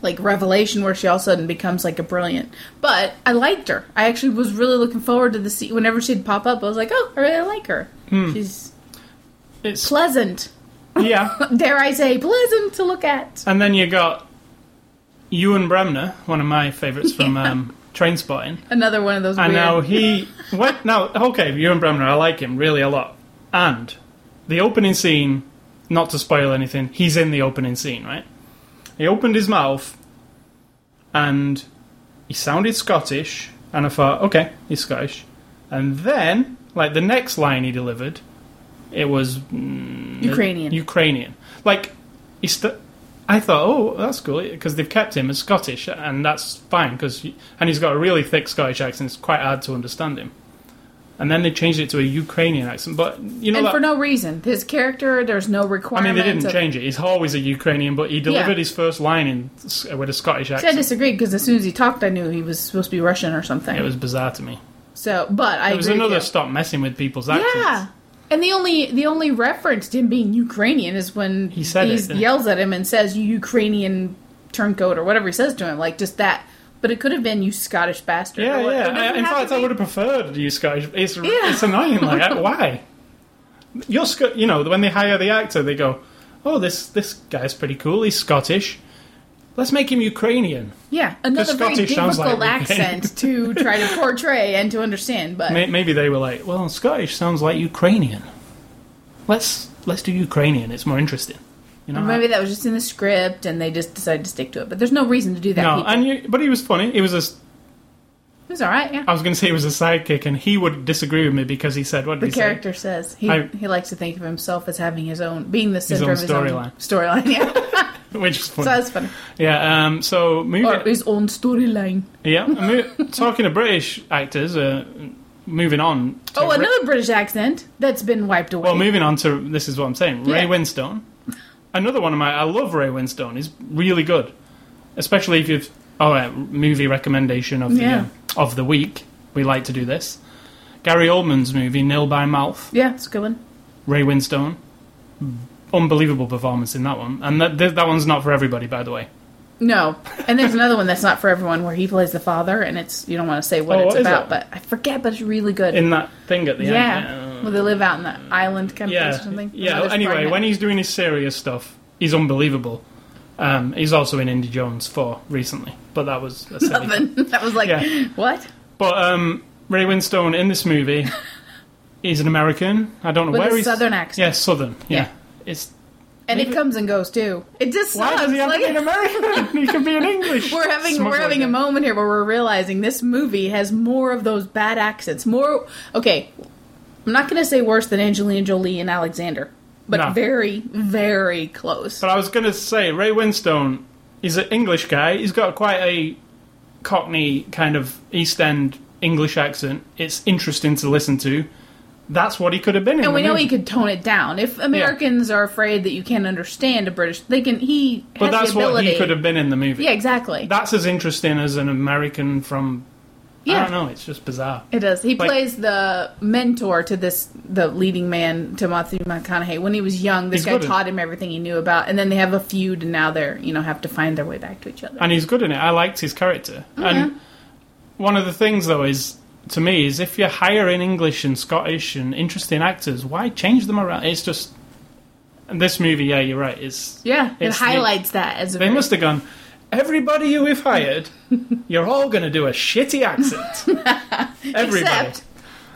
[SPEAKER 2] like revelation where she all of a sudden becomes like a brilliant. But I liked her. I actually was really looking forward to the scene. Whenever she'd pop up, I was like, oh, I really like her.
[SPEAKER 1] Hmm.
[SPEAKER 2] She's
[SPEAKER 1] It's
[SPEAKER 2] pleasant.
[SPEAKER 1] yeah.
[SPEAKER 2] Dare I say, pleasant to look at.
[SPEAKER 1] And then you got Ewan Bremner, one of my favorites from
[SPEAKER 2] *laughs* Yeah.
[SPEAKER 1] um, Trainspotting.
[SPEAKER 2] Another one of those.
[SPEAKER 1] And
[SPEAKER 2] weird-
[SPEAKER 1] now he what now okay, Ewan Bremner, I like him really a lot. And the opening scene, not to spoil anything, he's in the opening scene, right? He opened his mouth and he sounded Scottish and I thought, okay, he's Scottish. And then, like the next line he delivered, it was
[SPEAKER 2] Ukrainian.
[SPEAKER 1] Ukrainian. Like, he st- I thought, oh, that's cool because they've kept him as Scottish, and that's fine because and he's got a really thick Scottish accent. It's quite hard to understand him. And then they changed it to a Ukrainian accent, but you know
[SPEAKER 2] and
[SPEAKER 1] that.
[SPEAKER 2] for no reason. His character, there's no
[SPEAKER 1] I mean,
[SPEAKER 2] requirement.
[SPEAKER 1] they didn't
[SPEAKER 2] of-
[SPEAKER 1] change it. He's always a Ukrainian, but he delivered his first line in s- with a Scottish
[SPEAKER 2] See, I
[SPEAKER 1] accent.
[SPEAKER 2] disagreed because as soon as he talked, I knew he was supposed to be Russian or something.
[SPEAKER 1] It was bizarre to me.
[SPEAKER 2] so, but I
[SPEAKER 1] It was
[SPEAKER 2] agree with
[SPEAKER 1] another
[SPEAKER 2] you.
[SPEAKER 1] stop messing with people's
[SPEAKER 2] Yeah,
[SPEAKER 1] accents.
[SPEAKER 2] and the only the only reference to him being Ukrainian is when
[SPEAKER 1] He said it,
[SPEAKER 2] he's-
[SPEAKER 1] didn't he?
[SPEAKER 2] yells at him and says, "You Ukrainian turncoat" or whatever he says to him, like just that. But it could have been you Scottish bastard.
[SPEAKER 1] Yeah,
[SPEAKER 2] or what-
[SPEAKER 1] yeah.
[SPEAKER 2] it doesn't
[SPEAKER 1] I, in
[SPEAKER 2] have to
[SPEAKER 1] fact, I
[SPEAKER 2] be-
[SPEAKER 1] would have preferred you Scottish. It's
[SPEAKER 2] Yeah.
[SPEAKER 1] it's annoying. Like I- why? You're Sc- You know when they hire the actor, they go, "Oh, this this guy's pretty cool. He's Scottish. Let's make him Ukrainian.
[SPEAKER 2] Yeah, another very
[SPEAKER 1] Scottish sounds
[SPEAKER 2] difficult
[SPEAKER 1] like Ukrainian.
[SPEAKER 2] accent to try to portray and to understand. But
[SPEAKER 1] May- Maybe they were like, "Well, Scottish sounds like Ukrainian. Let's let's do Ukrainian. It's more interesting." You know.
[SPEAKER 2] maybe that was just in the script, and they just decided to stick to it. But there's no reason to do that.
[SPEAKER 1] no,
[SPEAKER 2] people.
[SPEAKER 1] and you, but he was funny. He was a. s-
[SPEAKER 2] it was all right. Yeah,
[SPEAKER 1] I was going to say he was a sidekick, and he would disagree with me because he said, "What did
[SPEAKER 2] the
[SPEAKER 1] he say?"
[SPEAKER 2] character says he
[SPEAKER 1] I-
[SPEAKER 2] he likes to think of himself as having his own, being the center
[SPEAKER 1] own
[SPEAKER 2] of his own
[SPEAKER 1] storyline.
[SPEAKER 2] storyline. *laughs* Yeah,
[SPEAKER 1] *laughs*
[SPEAKER 2] so
[SPEAKER 1] Which is funny.
[SPEAKER 2] that's funny.
[SPEAKER 1] yeah. Um. So moving.
[SPEAKER 2] Or his own storyline.
[SPEAKER 1] Yeah, I mean, talking of British actors, uh, moving on. To
[SPEAKER 2] Oh,
[SPEAKER 1] Ra-
[SPEAKER 2] another British accent that's been wiped away.
[SPEAKER 1] well, moving on to this is what I'm saying. Ray
[SPEAKER 2] Yeah.
[SPEAKER 1] Winstone, another one of my. I love Ray Winstone. He's really good, especially if you've. Oh, yeah, movie recommendation of the
[SPEAKER 2] Yeah.
[SPEAKER 1] uh, of the week. We like to do this. Gary Oldman's movie Nil by Mouth.
[SPEAKER 2] yeah, it's a good one.
[SPEAKER 1] Ray Winstone, unbelievable performance in that one. And that that one's not for everybody, by the way.
[SPEAKER 2] No, and there's another one that's not for everyone where he plays the father, and it's you don't want to say
[SPEAKER 1] Oh,
[SPEAKER 2] what it's
[SPEAKER 1] what is
[SPEAKER 2] about,
[SPEAKER 1] it?
[SPEAKER 2] but I forget, but it's really good.
[SPEAKER 1] In that thing at the
[SPEAKER 2] yeah,
[SPEAKER 1] end. Uh,
[SPEAKER 2] well, they live out in that island kind of place or
[SPEAKER 1] Yeah,
[SPEAKER 2] something.
[SPEAKER 1] yeah. Anyway, when he's doing his serious stuff, he's unbelievable. Um, he's also in Indy Jones four recently, but that was
[SPEAKER 2] *laughs*
[SPEAKER 1] a silly-
[SPEAKER 2] *laughs* that was like
[SPEAKER 1] Yeah.
[SPEAKER 2] what?
[SPEAKER 1] But um, Ray Winstone in this
[SPEAKER 2] *laughs*
[SPEAKER 1] movie is an American. I don't know
[SPEAKER 2] With
[SPEAKER 1] where
[SPEAKER 2] a
[SPEAKER 1] he's
[SPEAKER 2] southern accent.
[SPEAKER 1] Yeah, southern. Yeah,
[SPEAKER 2] Yeah.
[SPEAKER 1] it's
[SPEAKER 2] And
[SPEAKER 1] Maybe-
[SPEAKER 2] it comes and goes too. It just
[SPEAKER 1] why
[SPEAKER 2] sucks.
[SPEAKER 1] does he have
[SPEAKER 2] like,
[SPEAKER 1] to be an
[SPEAKER 2] *laughs*
[SPEAKER 1] American? he could be an English.
[SPEAKER 2] we're having we're
[SPEAKER 1] smuggler
[SPEAKER 2] having a
[SPEAKER 1] guy.
[SPEAKER 2] moment here where we're realizing this movie has more of those bad accents. More okay, I'm not going to say worse than Angelina Jolie and Alexander, but
[SPEAKER 1] No.
[SPEAKER 2] very very close.
[SPEAKER 1] But I was gonna say Ray Winstone is an English guy. He's got quite a Cockney kind of East End English accent. It's interesting to listen to. That's what he could have been. in
[SPEAKER 2] And
[SPEAKER 1] the
[SPEAKER 2] we know
[SPEAKER 1] movie.
[SPEAKER 2] he could tone it down. If Americans are afraid that you can't understand a British, they can. He
[SPEAKER 1] But
[SPEAKER 2] has
[SPEAKER 1] that's
[SPEAKER 2] the
[SPEAKER 1] what
[SPEAKER 2] ability.
[SPEAKER 1] he could have been in the movie.
[SPEAKER 2] yeah, exactly.
[SPEAKER 1] That's as interesting as an American from.
[SPEAKER 2] yeah,
[SPEAKER 1] I don't know. It's just bizarre.
[SPEAKER 2] It does. He
[SPEAKER 1] Like-
[SPEAKER 2] plays the mentor to this, the leading man to Matthew McConaughey. When he was young, this
[SPEAKER 1] He's
[SPEAKER 2] guy
[SPEAKER 1] good at-
[SPEAKER 2] taught him everything he knew about, and then they have a feud, and now they're you know have to find their way back to each other.
[SPEAKER 1] And he's good in it. I liked his character. And one of the things though is to me is if you're hiring English and Scottish and interesting actors, why change them around? It's just. And this movie, yeah, you're right. It's
[SPEAKER 2] yeah, it
[SPEAKER 1] it's the-
[SPEAKER 2] highlights that as a
[SPEAKER 1] They
[SPEAKER 2] very-
[SPEAKER 1] must have gone. Everybody who we've
[SPEAKER 2] *laughs*
[SPEAKER 1] hired, you're all going to do a shitty accent. Everybody.
[SPEAKER 2] except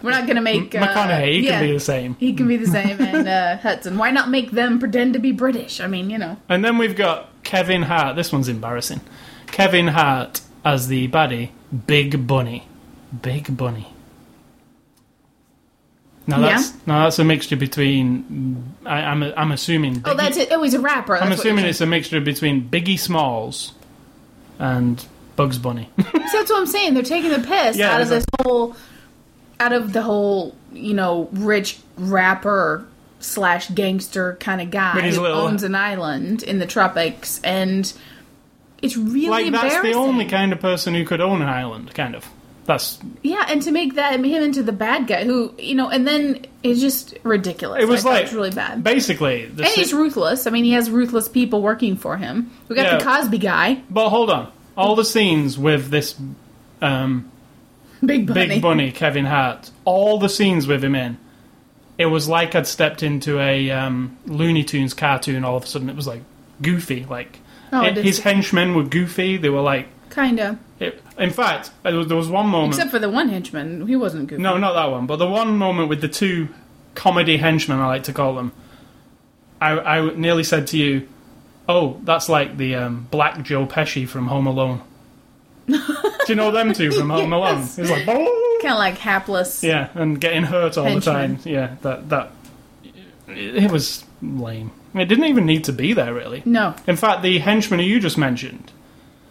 [SPEAKER 2] we're not going to make uh,
[SPEAKER 1] McConaughey he
[SPEAKER 2] yeah,
[SPEAKER 1] can be the same.
[SPEAKER 2] He can be the same,
[SPEAKER 1] *laughs*
[SPEAKER 2] and uh, Hudson. Why not make them pretend to be British? I mean, you know,
[SPEAKER 1] And then we've got Kevin Hart. This one's embarrassing. Kevin Hart as the baddie, Big Bunny. Big Bunny. Now
[SPEAKER 2] Yeah.
[SPEAKER 1] that's now that's a mixture between. I, I'm I'm assuming.
[SPEAKER 2] oh,
[SPEAKER 1] Biggie-
[SPEAKER 2] that's it. Oh, he's a rapper.
[SPEAKER 1] I'm
[SPEAKER 2] That's what
[SPEAKER 1] assuming
[SPEAKER 2] you're
[SPEAKER 1] it's a mixture between Biggie Smalls and Bugs Bunny.
[SPEAKER 2] So that's what I'm saying. They're taking the piss
[SPEAKER 1] Yeah,
[SPEAKER 2] out of
[SPEAKER 1] they're-
[SPEAKER 2] this whole, out of the whole, you know, rich rapper slash gangster kind of guy
[SPEAKER 1] But he's
[SPEAKER 2] who
[SPEAKER 1] little.
[SPEAKER 2] owns an island in the tropics, and it's really
[SPEAKER 1] like that's
[SPEAKER 2] embarrassing.
[SPEAKER 1] the only kind of person who could own an island, kind of. That's
[SPEAKER 2] Yeah, and to make that him into the bad guy, who you know, and then it's just ridiculous.
[SPEAKER 1] it was
[SPEAKER 2] I thought
[SPEAKER 1] like
[SPEAKER 2] it was really bad.
[SPEAKER 1] Basically, the
[SPEAKER 2] and
[SPEAKER 1] si-
[SPEAKER 2] he's ruthless. I mean, he has ruthless people working for him. We got the
[SPEAKER 1] Yeah.
[SPEAKER 2] Cosby guy, *laughs*
[SPEAKER 1] but hold on, all the scenes with this um,
[SPEAKER 2] Big Bunny.
[SPEAKER 1] Big Bunny, Kevin Hart, all the scenes with him in, it was like I'd stepped into a um, Looney Tunes cartoon. All of a sudden, it was like Goofy. Like
[SPEAKER 2] Oh, I
[SPEAKER 1] it-
[SPEAKER 2] did
[SPEAKER 1] his
[SPEAKER 2] see-
[SPEAKER 1] henchmen were Goofy. They were like.
[SPEAKER 2] Kinda,
[SPEAKER 1] It, in fact, there was, there was one moment.
[SPEAKER 2] except for the one henchman. He wasn't good.
[SPEAKER 1] No, not that one. But the one moment with the two comedy henchmen, I like to call them. I, I nearly said to you, "Oh, that's like the um, black Joe Pesci from Home
[SPEAKER 2] *laughs*
[SPEAKER 1] Alone." Do you know them two from Home
[SPEAKER 2] Yes.
[SPEAKER 1] Alone? It's like, "Oh!"
[SPEAKER 2] kind of like hapless.
[SPEAKER 1] yeah, and getting hurt all
[SPEAKER 2] Henchmen.
[SPEAKER 1] the time. Yeah, that that it, it was lame. It didn't even need to be there, really.
[SPEAKER 2] No,
[SPEAKER 1] In fact, the henchman who you just mentioned,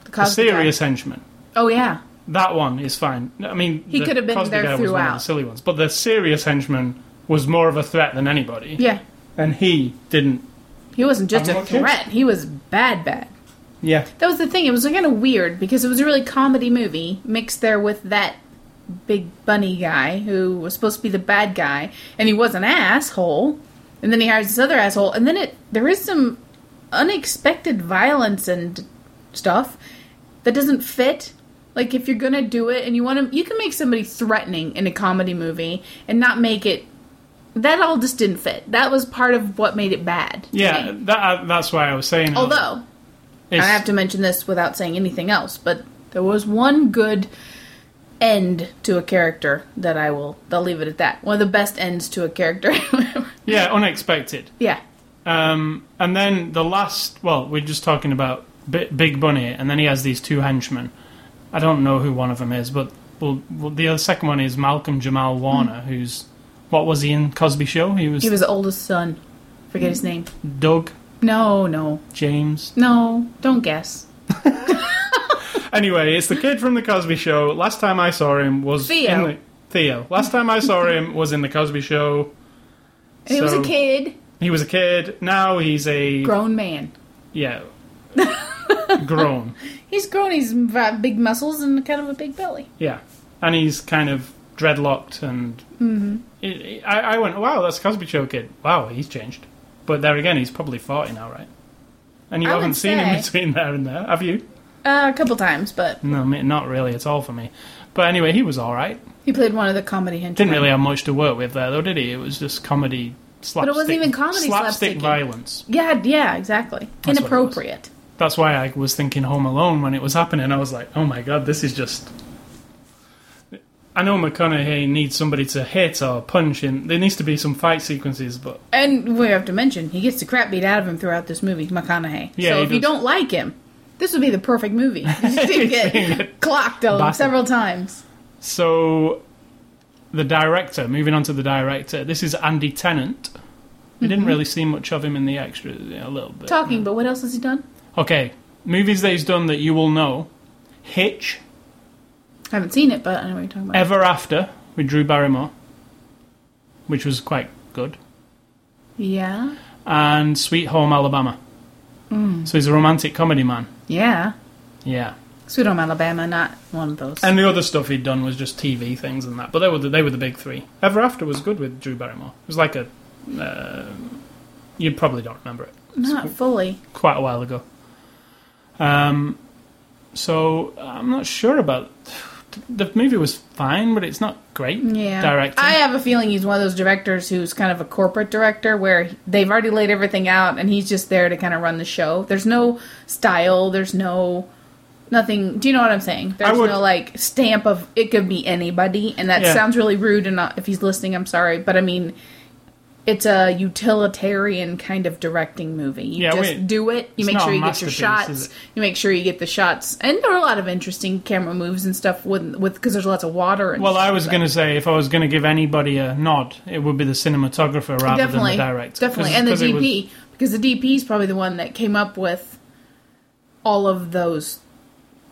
[SPEAKER 2] the
[SPEAKER 1] the
[SPEAKER 2] Cosby guy.
[SPEAKER 1] serious henchman,
[SPEAKER 2] Oh yeah,
[SPEAKER 1] that one is fine. I mean,
[SPEAKER 2] He
[SPEAKER 1] the
[SPEAKER 2] could have been
[SPEAKER 1] Cosby
[SPEAKER 2] there
[SPEAKER 1] guy was one of the
[SPEAKER 2] throughout.
[SPEAKER 1] silly ones, but the serious henchman was more of a threat than anybody,
[SPEAKER 2] yeah.
[SPEAKER 1] and he didn't.
[SPEAKER 2] He wasn't just
[SPEAKER 1] I'm
[SPEAKER 2] a
[SPEAKER 1] okay.
[SPEAKER 2] threat. He was bad, bad.
[SPEAKER 1] Yeah,
[SPEAKER 2] That was the thing. It was kind of weird because it was a really comedy movie mixed there with that big bunny guy who was supposed to be the bad guy, and he was an asshole. And then he hires this other asshole, and then it there is some unexpected violence and stuff that doesn't fit. Like if you're gonna do it and you want to, you can make somebody threatening in a comedy movie and not make it. That all just didn't fit. That was part of what made it bad. to
[SPEAKER 1] yeah.
[SPEAKER 2] me.
[SPEAKER 1] That I, that's why I was saying. uh,
[SPEAKER 2] Although
[SPEAKER 1] it's,
[SPEAKER 2] I have to mention this without saying anything else, but there was one good end to a character that I will. I'll leave it at that. One of the best ends to a character. *laughs*
[SPEAKER 1] yeah, unexpected.
[SPEAKER 2] yeah.
[SPEAKER 1] Um, and then the last, well, we're just talking about B- Big Bunny, and then he has these two henchmen. I don't know who one of them is, but well, well the other second one is Malcolm Jamal Warner, who's what was he in Cosby Show? Hmm. He was,
[SPEAKER 2] He was the oldest son. Forget his name.
[SPEAKER 1] Doug
[SPEAKER 2] No, no,
[SPEAKER 1] James.
[SPEAKER 2] no. Don't guess.
[SPEAKER 1] Anyway, it's the kid from the Cosby Show. Last time I saw him was
[SPEAKER 2] Theo.
[SPEAKER 1] In the, Theo. Last time I saw him was in the Cosby Show.
[SPEAKER 2] And he was a
[SPEAKER 1] So-
[SPEAKER 2] kid,
[SPEAKER 1] He was a kid. Now he's a
[SPEAKER 2] grown man.
[SPEAKER 1] yeah *laughs* grown.
[SPEAKER 2] He's grown. He's got big muscles and kind of a big belly.
[SPEAKER 1] Yeah, and he's kind of dreadlocked, and
[SPEAKER 2] Mm-hmm.
[SPEAKER 1] It- it- I, I went, "Wow, that's Cosby Show kid. Wow, he's changed." But there again, he's probably forty now, right? And you
[SPEAKER 2] I would
[SPEAKER 1] haven't seen him
[SPEAKER 2] say-
[SPEAKER 1] between there and there, have you?
[SPEAKER 2] Uh, a couple times, but
[SPEAKER 1] No, me- not really at all for me. But anyway, he was all right.
[SPEAKER 2] he played one of the comedy henchmen.
[SPEAKER 1] Didn't really have much to work with there, though, did he? It was just comedy slapstick.
[SPEAKER 2] it wasn't even comedy
[SPEAKER 1] slapstick
[SPEAKER 2] slapsticky.
[SPEAKER 1] violence.
[SPEAKER 2] Yeah, yeah, exactly.
[SPEAKER 1] That's what it was.
[SPEAKER 2] Inappropriate.
[SPEAKER 1] That's why I was thinking Home Alone when it was happening. I was like, oh my god, this is just. I know McConaughey needs somebody to hit or punch, and there needs to be some fight sequences, but
[SPEAKER 2] And we have to mention, he gets the crap beat out of him throughout this movie, McConaughey.
[SPEAKER 1] Yeah,
[SPEAKER 2] so
[SPEAKER 1] he
[SPEAKER 2] if you
[SPEAKER 1] does.
[SPEAKER 2] don't like him, this would be the
[SPEAKER 1] *laughs*
[SPEAKER 2] perfect movie. *laughs* You just get clocked on
[SPEAKER 1] Bastard.
[SPEAKER 2] several times.
[SPEAKER 1] So, the director, moving on to the director, this is Andy Tennant. We didn't really see much of him in the extras, you know, a little bit.
[SPEAKER 2] Talking, but what else has he done?
[SPEAKER 1] Okay, movies that he's done that you will know Hitch,
[SPEAKER 2] I haven't seen it, but I know what you're talking about.
[SPEAKER 1] Ever After with Drew Barrymore, which was quite good,
[SPEAKER 2] yeah.
[SPEAKER 1] and Sweet Home Alabama.
[SPEAKER 2] Mm.
[SPEAKER 1] So, he's a romantic comedy man.
[SPEAKER 2] Yeah.
[SPEAKER 1] Yeah.
[SPEAKER 2] Sweet Home Alabama, not one of those.
[SPEAKER 1] And the other stuff he'd done was just TV things and that, but they were the, they were the big three. Ever After was good with Drew Barrymore. It was like a. Uh, you probably don't remember it.
[SPEAKER 2] not fully.
[SPEAKER 1] quite a while ago. Um, so I'm not sure about the movie was fine, but it's not great.
[SPEAKER 2] Yeah.
[SPEAKER 1] directing.
[SPEAKER 2] I have a feeling he's one of those directors who's kind of a corporate director where they've already laid everything out and he's just there to kind of run the show. There's no style, there's no nothing. Do you know what I'm saying? There's
[SPEAKER 1] would-
[SPEAKER 2] no like stamp of it could be anybody and that
[SPEAKER 1] Yeah.
[SPEAKER 2] sounds really rude and not, if he's listening, I'm sorry, but I mean it's a utilitarian kind of directing movie. You
[SPEAKER 1] Yeah,
[SPEAKER 2] just
[SPEAKER 1] we-
[SPEAKER 2] do it. You
[SPEAKER 1] it's
[SPEAKER 2] make
[SPEAKER 1] not
[SPEAKER 2] sure
[SPEAKER 1] a
[SPEAKER 2] you get
[SPEAKER 1] masterpiece,
[SPEAKER 2] your
[SPEAKER 1] is
[SPEAKER 2] shots.
[SPEAKER 1] it?
[SPEAKER 2] You make sure you get the shots, and there are a lot of interesting camera moves and stuff with with because there's lots of water. and
[SPEAKER 1] well,
[SPEAKER 2] stuff,
[SPEAKER 1] I was
[SPEAKER 2] but-
[SPEAKER 1] going to say if I was going to give anybody a nod, it would be the cinematographer rather
[SPEAKER 2] definitely,
[SPEAKER 1] than the director. 'Cause-
[SPEAKER 2] Definitely, and the
[SPEAKER 1] 'cause it was-
[SPEAKER 2] DP because the DP is probably the one that came up with all of those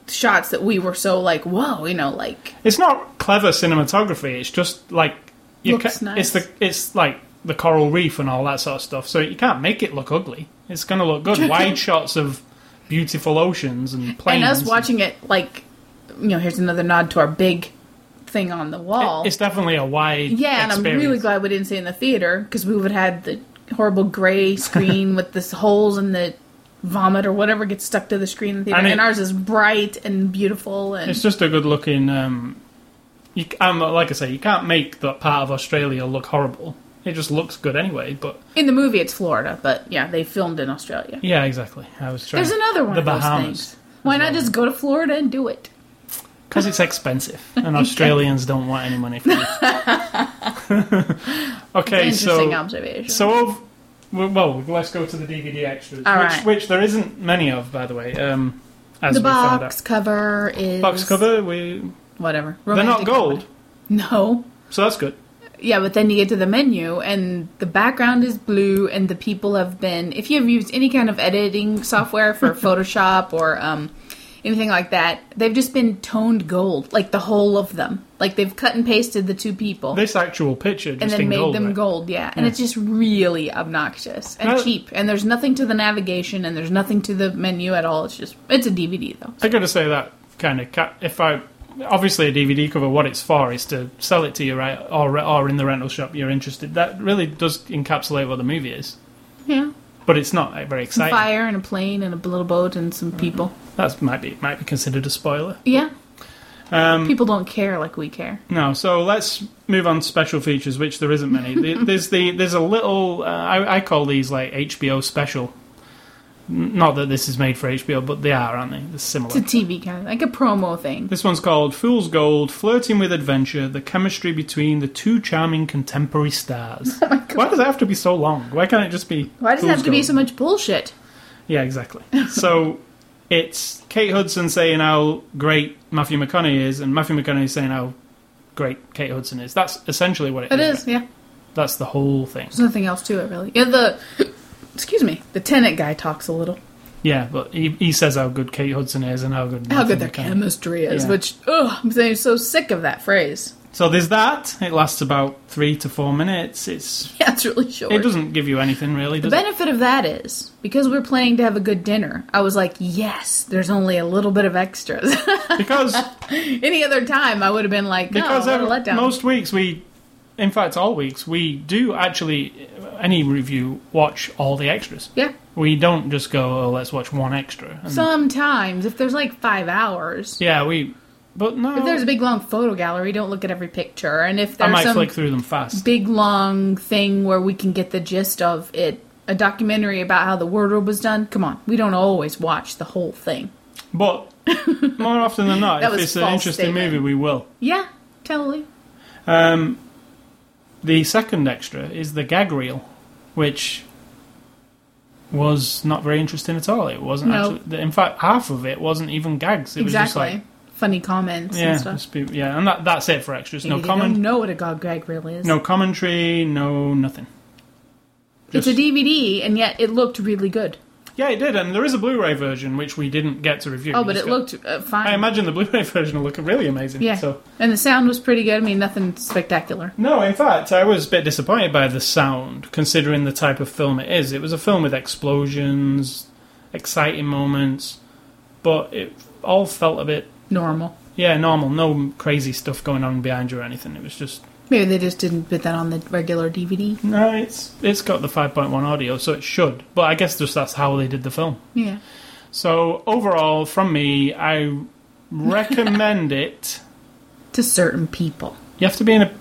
[SPEAKER 2] shots that we were so like, whoa, you know, like
[SPEAKER 1] it's not clever cinematography. It's just like you
[SPEAKER 2] Looks
[SPEAKER 1] ca-
[SPEAKER 2] nice.
[SPEAKER 1] It's the it's like the coral reef and all that sort of stuff. So you can't make it look ugly. It's going to look
[SPEAKER 2] *laughs*
[SPEAKER 1] good. Wide shots of beautiful oceans and planes.
[SPEAKER 2] and us watching it like, you know, here's another nod to our big thing on the wall.
[SPEAKER 1] It's definitely a wide
[SPEAKER 2] yeah, and I'm
[SPEAKER 1] experience.
[SPEAKER 2] really glad we didn't see it in the theater because we would have had the
[SPEAKER 1] *laughs*
[SPEAKER 2] horrible gray screen with this holes and the vomit or whatever gets stuck to the screen in the theater.
[SPEAKER 1] And
[SPEAKER 2] And,
[SPEAKER 1] it-
[SPEAKER 2] ours is bright and beautiful and
[SPEAKER 1] It's just a good looking. Um, you, c- um, like I say, you can't make that part of Australia look horrible. It just looks good anyway. But
[SPEAKER 2] in the movie it's Florida, but yeah, they filmed in Australia.
[SPEAKER 1] yeah, exactly. I was trying.
[SPEAKER 2] There's another one
[SPEAKER 1] The
[SPEAKER 2] of
[SPEAKER 1] Bahamas.
[SPEAKER 2] those things. Why not just go to Florida and do it?
[SPEAKER 1] Because it's expensive,
[SPEAKER 2] *laughs*
[SPEAKER 1] and Australians don't want any money from it.
[SPEAKER 2] *laughs*
[SPEAKER 1] okay,
[SPEAKER 2] Interesting
[SPEAKER 1] so
[SPEAKER 2] observation.
[SPEAKER 1] so ov- well, well, let's go to the DVD extras,
[SPEAKER 2] All
[SPEAKER 1] which,
[SPEAKER 2] right.
[SPEAKER 1] which there isn't many of, by the way. Um, as
[SPEAKER 2] the
[SPEAKER 1] we found
[SPEAKER 2] box cover is
[SPEAKER 1] out, box cover, we
[SPEAKER 2] Whatever.
[SPEAKER 1] they're not
[SPEAKER 2] Romantic
[SPEAKER 1] gold,
[SPEAKER 2] comedy. *laughs* No.
[SPEAKER 1] so that's good.
[SPEAKER 2] Yeah, but then you get to the menu and the background is blue and the people have been if you have used any kind of editing software
[SPEAKER 1] *laughs*
[SPEAKER 2] for Photoshop or um anything like that, they've just been toned gold, like the whole of them. Like they've cut and pasted the two people
[SPEAKER 1] This actual picture just
[SPEAKER 2] and then
[SPEAKER 1] in
[SPEAKER 2] made
[SPEAKER 1] gold,
[SPEAKER 2] them
[SPEAKER 1] right?
[SPEAKER 2] gold, yeah. And it's just really obnoxious and
[SPEAKER 1] Uh,
[SPEAKER 2] cheap. And there's nothing to the navigation and there's nothing to the menu at all. It's just it's a DVD though.
[SPEAKER 1] I gotta say that kind of ca- if I obviously a DVD cover, what it's for is to sell it to you, right? Or or in the rental shop you're interested. That really does encapsulate what the movie is,
[SPEAKER 2] Yeah.
[SPEAKER 1] but it's not like, very
[SPEAKER 2] Some
[SPEAKER 1] exciting. Mm-hmm.
[SPEAKER 2] fire and a plane and a little boat and some people.
[SPEAKER 1] That might be might be considered a spoiler.
[SPEAKER 2] Yeah.
[SPEAKER 1] Um,
[SPEAKER 2] people don't care like we care.
[SPEAKER 1] No, so let's move on to special features, which there isn't many.
[SPEAKER 2] *laughs*
[SPEAKER 1] The- there's the there's a little uh, I, I call these like HBO special. N- Not that this is made for HBO, but they are, aren't they? They're similar.
[SPEAKER 2] It's a TV kind of like a promo thing.
[SPEAKER 1] This one's called Fool's Gold Flirting with Adventure The Chemistry Between the Two Charming Contemporary
[SPEAKER 2] *laughs*
[SPEAKER 1] Stars. Why does it have to be so long? Why can't it just be.
[SPEAKER 2] Oh Why does it
[SPEAKER 1] Fool's
[SPEAKER 2] have to be
[SPEAKER 1] Gold?
[SPEAKER 2] so much bullshit?
[SPEAKER 1] Yeah, exactly. *laughs* So it's Kate Hudson saying how great Matthew McConaughey is, and Matthew McConaughey saying how great Kate Hudson is. That's essentially what
[SPEAKER 2] It is, yeah.
[SPEAKER 1] That's the whole thing.
[SPEAKER 2] There's nothing else to it really. Yeah, the excuse me, the tenant guy talks a little.
[SPEAKER 1] Yeah, but he, he says how good Kate Hudson is and how good.
[SPEAKER 2] How
[SPEAKER 1] Matthew
[SPEAKER 2] good their
[SPEAKER 1] McConaughey-
[SPEAKER 2] chemistry is,
[SPEAKER 1] Yeah.
[SPEAKER 2] which ugh, I'm saying so sick of that phrase. *laughs*
[SPEAKER 1] So there's that. It lasts about three to four minutes. It's
[SPEAKER 2] Yeah, it's really short.
[SPEAKER 1] it doesn't give you anything really.
[SPEAKER 2] The
[SPEAKER 1] Does it?
[SPEAKER 2] benefit of that is because we're planning to have a good dinner. I was like, yes, there's only a little bit of extras. *laughs*
[SPEAKER 1] because
[SPEAKER 2] Any other time, I would have been like, no,
[SPEAKER 1] because
[SPEAKER 2] what a
[SPEAKER 1] every-
[SPEAKER 2] letdown.
[SPEAKER 1] most weeks we in fact all weeks we do actually any review watch all the extras
[SPEAKER 2] yeah.
[SPEAKER 1] we don't just go oh let's watch one extra and,
[SPEAKER 2] Sometimes, if there's like five hours,
[SPEAKER 1] yeah we but no
[SPEAKER 2] if there's a big long photo gallery, don't look at every picture. And if
[SPEAKER 1] i
[SPEAKER 2] there's
[SPEAKER 1] might
[SPEAKER 2] some
[SPEAKER 1] flick through them
[SPEAKER 2] *laughs*
[SPEAKER 1] fast
[SPEAKER 2] big long thing where we can get the gist of it, a documentary about how the wardrobe was done, come on, we don't always watch the whole thing.
[SPEAKER 1] but more often than not
[SPEAKER 2] That
[SPEAKER 1] if
[SPEAKER 2] was
[SPEAKER 1] it's an
[SPEAKER 2] false
[SPEAKER 1] interesting
[SPEAKER 2] statement.
[SPEAKER 1] movie we will
[SPEAKER 2] Yeah, totally.
[SPEAKER 1] the second extra is the gag reel which was not very interesting at all it wasn't
[SPEAKER 2] No.
[SPEAKER 1] actually in fact half of it wasn't even gags it was just
[SPEAKER 2] exactly.
[SPEAKER 1] like
[SPEAKER 2] Funny comments
[SPEAKER 1] yeah,
[SPEAKER 2] and stuff.
[SPEAKER 1] just be- yeah, and that, that's it for extras.
[SPEAKER 2] Maybe
[SPEAKER 1] no
[SPEAKER 2] they
[SPEAKER 1] comment,
[SPEAKER 2] don't know what a God Greg reel is.
[SPEAKER 1] No commentary, no nothing.
[SPEAKER 2] it's
[SPEAKER 1] Just-
[SPEAKER 2] a DVD, and yet it looked really good.
[SPEAKER 1] Yeah, it did, and there is a Blu-ray version which we didn't get to review.
[SPEAKER 2] Oh,
[SPEAKER 1] We
[SPEAKER 2] but
[SPEAKER 1] just
[SPEAKER 2] it
[SPEAKER 1] got-
[SPEAKER 2] looked uh, fine.
[SPEAKER 1] I imagine the Blu-ray *laughs* version will look really amazing.
[SPEAKER 2] yeah,
[SPEAKER 1] So
[SPEAKER 2] and the sound was pretty good. I mean, nothing spectacular.
[SPEAKER 1] no, in fact, I was a bit disappointed by the sound, considering the type of film it is. It was a film with explosions, exciting moments, but it all felt a bit
[SPEAKER 2] Normal.
[SPEAKER 1] yeah normal. No crazy stuff going on behind you or anything. It was just
[SPEAKER 2] Maybe they just didn't put that on the regular DVD.
[SPEAKER 1] no. It's it's got the five point one audio, so it should. But I guess just that's how they did the film.
[SPEAKER 2] Yeah.
[SPEAKER 1] So overall, from me, I recommend *laughs* it.
[SPEAKER 2] To certain people.
[SPEAKER 1] You have to be in a.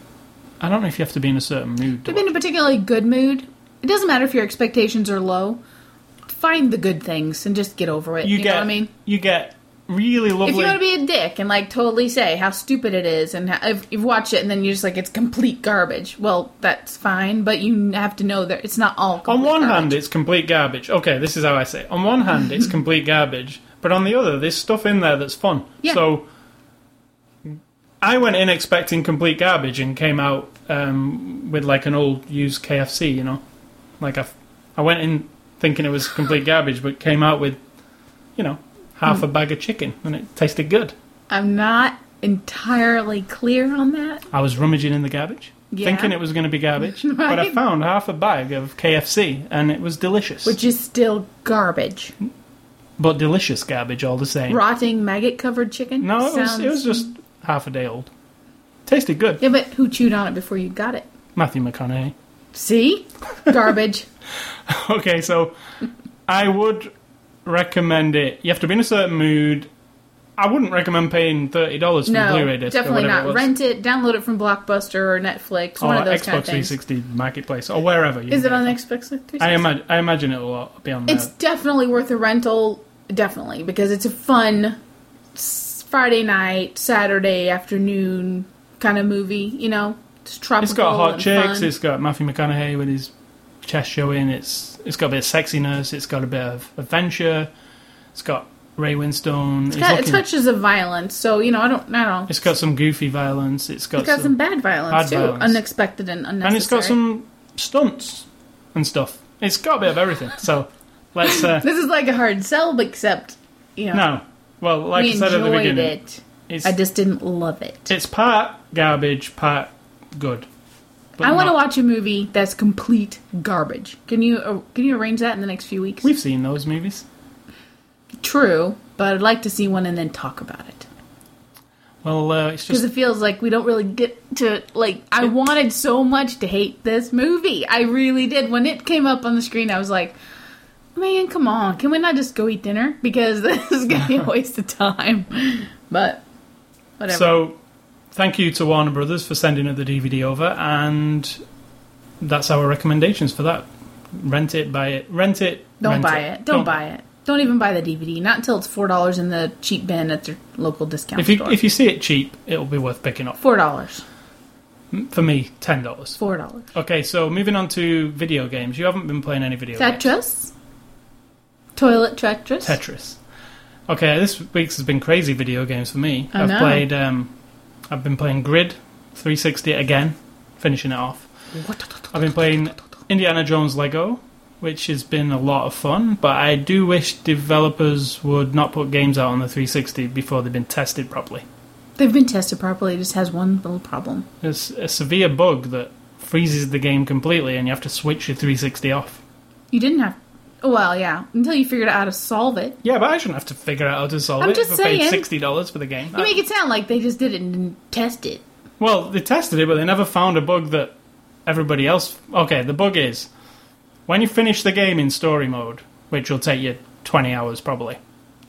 [SPEAKER 1] I don't know if you have to be in a certain mood.
[SPEAKER 2] If
[SPEAKER 1] do
[SPEAKER 2] you've been in a particularly good mood, it doesn't matter if your expectations are low. Find the good things and just get over it.
[SPEAKER 1] you
[SPEAKER 2] You,
[SPEAKER 1] get.
[SPEAKER 2] know what I mean?
[SPEAKER 1] You get really lovely.
[SPEAKER 2] If you want to be a dick and like totally say how stupid it is, and how, if you watch it and then you're just like it's complete garbage, well, that's fine. But you have to know that it's not all. Complete
[SPEAKER 1] on one
[SPEAKER 2] garbage.
[SPEAKER 1] hand, it's complete garbage. Okay, this is how I say. It. On one hand,
[SPEAKER 2] *laughs*
[SPEAKER 1] it's complete garbage, but on the other, there's stuff in there that's fun.
[SPEAKER 2] Yeah.
[SPEAKER 1] So I went in expecting complete garbage and came out um, with like an old used KFC. You know, like I, f- I went in thinking it was
[SPEAKER 2] *laughs*
[SPEAKER 1] complete garbage, but came out with, you know,
[SPEAKER 2] Hmm.
[SPEAKER 1] half a bag of chicken, and it tasted good.
[SPEAKER 2] I'm not entirely clear on that.
[SPEAKER 1] I was rummaging in the garbage,
[SPEAKER 2] Yeah.
[SPEAKER 1] thinking it was going to be
[SPEAKER 2] *laughs*
[SPEAKER 1] garbage, but I
[SPEAKER 2] Right.
[SPEAKER 1] found half a bag of KFC, and it was delicious.
[SPEAKER 2] Which is still garbage.
[SPEAKER 1] but delicious garbage all the same.
[SPEAKER 2] Rotting maggot covered chicken.
[SPEAKER 1] No, it was,
[SPEAKER 2] Sounds-
[SPEAKER 1] it was just half a day old. Tasted good.
[SPEAKER 2] Yeah, but who chewed on it before you got it?
[SPEAKER 1] Matthew McConaughey. *laughs*
[SPEAKER 2] See? Garbage.
[SPEAKER 1] Okay, so I would recommend it. You have to be in a certain mood. I wouldn't recommend paying thirty dollars for the
[SPEAKER 2] No,
[SPEAKER 1] Blu-ray disc. or
[SPEAKER 2] definitely
[SPEAKER 1] whatever
[SPEAKER 2] not.
[SPEAKER 1] It was.
[SPEAKER 2] Rent it, download it from Blockbuster or Netflix,
[SPEAKER 1] or
[SPEAKER 2] one of those
[SPEAKER 1] Xbox
[SPEAKER 2] kind of things.
[SPEAKER 1] 360 Marketplace or wherever. You can
[SPEAKER 2] Is it
[SPEAKER 1] get
[SPEAKER 2] on Xbox 360?
[SPEAKER 1] I imagine. I imagine it will be on there.
[SPEAKER 2] It's definitely worth a rental, definitely, because it's a fun s- Friday night, Saturday afternoon kind of movie, you know? It's tropical.
[SPEAKER 1] it's got hot
[SPEAKER 2] and
[SPEAKER 1] chicks.
[SPEAKER 2] fun.
[SPEAKER 1] It's got Matthew McConaughey with his chest showing. It's it's got a bit of sexiness. It's got a bit of adventure. It's got Ray Winstone.
[SPEAKER 2] It's got touches of violence, so, you know, I don't, I don't know.
[SPEAKER 1] it's got some goofy violence. It's got,
[SPEAKER 2] It's got
[SPEAKER 1] some,
[SPEAKER 2] some bad violence,
[SPEAKER 1] bad
[SPEAKER 2] too.
[SPEAKER 1] violence.
[SPEAKER 2] Unexpected and unnecessary.
[SPEAKER 1] and it's got some stunts and stuff. It's got a bit of everything. So let's
[SPEAKER 2] *laughs*
[SPEAKER 1] uh,
[SPEAKER 2] This is like a hard sell, except, you know,
[SPEAKER 1] no. Well, like
[SPEAKER 2] we
[SPEAKER 1] I said at the
[SPEAKER 2] enjoyed
[SPEAKER 1] beginning,
[SPEAKER 2] it.
[SPEAKER 1] it's
[SPEAKER 2] I just didn't love it.
[SPEAKER 1] it's part garbage, part good. But
[SPEAKER 2] I want to
[SPEAKER 1] not-
[SPEAKER 2] watch a movie that's complete garbage. Can you uh, can you arrange that in the next few weeks?
[SPEAKER 1] We've seen those movies.
[SPEAKER 2] True, but I'd like to see one and then talk about it
[SPEAKER 1] Well, uh, it's
[SPEAKER 2] because
[SPEAKER 1] just
[SPEAKER 2] it feels like we don't really get to like. I wanted so much to hate this movie. I really did. When it came up on the screen, I was like, "Man, come on! Can we not just go eat dinner? Because *laughs* this is gonna be a waste of time." But whatever.
[SPEAKER 1] So, thank you to Warner Brothers for sending the DVD over, and that's our recommendations for that. Rent it, buy it, rent it.
[SPEAKER 2] Don't
[SPEAKER 1] rent
[SPEAKER 2] buy it. Don't, buy it. Don't even buy the DVD. Not until it's four dollars in the cheap bin at their local discount
[SPEAKER 1] If you
[SPEAKER 2] store.
[SPEAKER 1] if you see it cheap, it'll be worth picking up.
[SPEAKER 2] four dollars.
[SPEAKER 1] For me, ten dollars.
[SPEAKER 2] Four dollars.
[SPEAKER 1] Okay, so moving on to video games. You haven't been playing any video games.
[SPEAKER 2] Tetris. Toilet Tetris.
[SPEAKER 1] Tetris. Okay, this week's has been crazy video games for me.
[SPEAKER 2] I
[SPEAKER 1] have
[SPEAKER 2] know.
[SPEAKER 1] played. Um, I've been playing Grid 360 again, finishing it off. I've been playing Indiana Jones Lego, which has been a lot of fun, but I do wish developers would not put games out on the 360 before they've been tested properly.
[SPEAKER 2] They've been tested properly. It just has one little problem.
[SPEAKER 1] There's a severe bug that freezes the game completely and you have to switch your 360 off.
[SPEAKER 2] You didn't have. oh, Well, yeah. Until you figured out how to solve it.
[SPEAKER 1] Yeah, but I shouldn't have to figure out how to solve
[SPEAKER 2] I'm
[SPEAKER 1] it.
[SPEAKER 2] just
[SPEAKER 1] if I paid
[SPEAKER 2] saying.
[SPEAKER 1] $60 for the game.
[SPEAKER 2] You make it sound like they just did it and didn't test it.
[SPEAKER 1] Well, they tested it, but they never found a bug that everybody else. Okay, the bug is when you finish the game in story mode, which will take you 20 hours probably.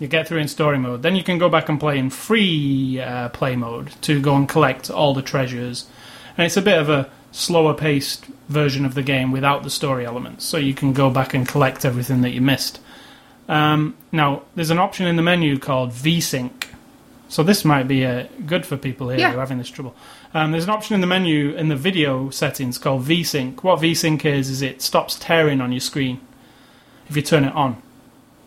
[SPEAKER 1] You get through in story mode, then you can go back and play in free uh, play mode to go and collect all the treasures. And it's a bit of a slower paced version of the game without the story elements, so you can go back and collect everything that you missed. Um, now, there's an option in the menu called VSync. So this might be uh, good for people here
[SPEAKER 2] Yeah.
[SPEAKER 1] who are having this trouble. Um, there's an option in the menu in the video settings called VSync. What VSync is, is it stops tearing on your screen if you turn it on.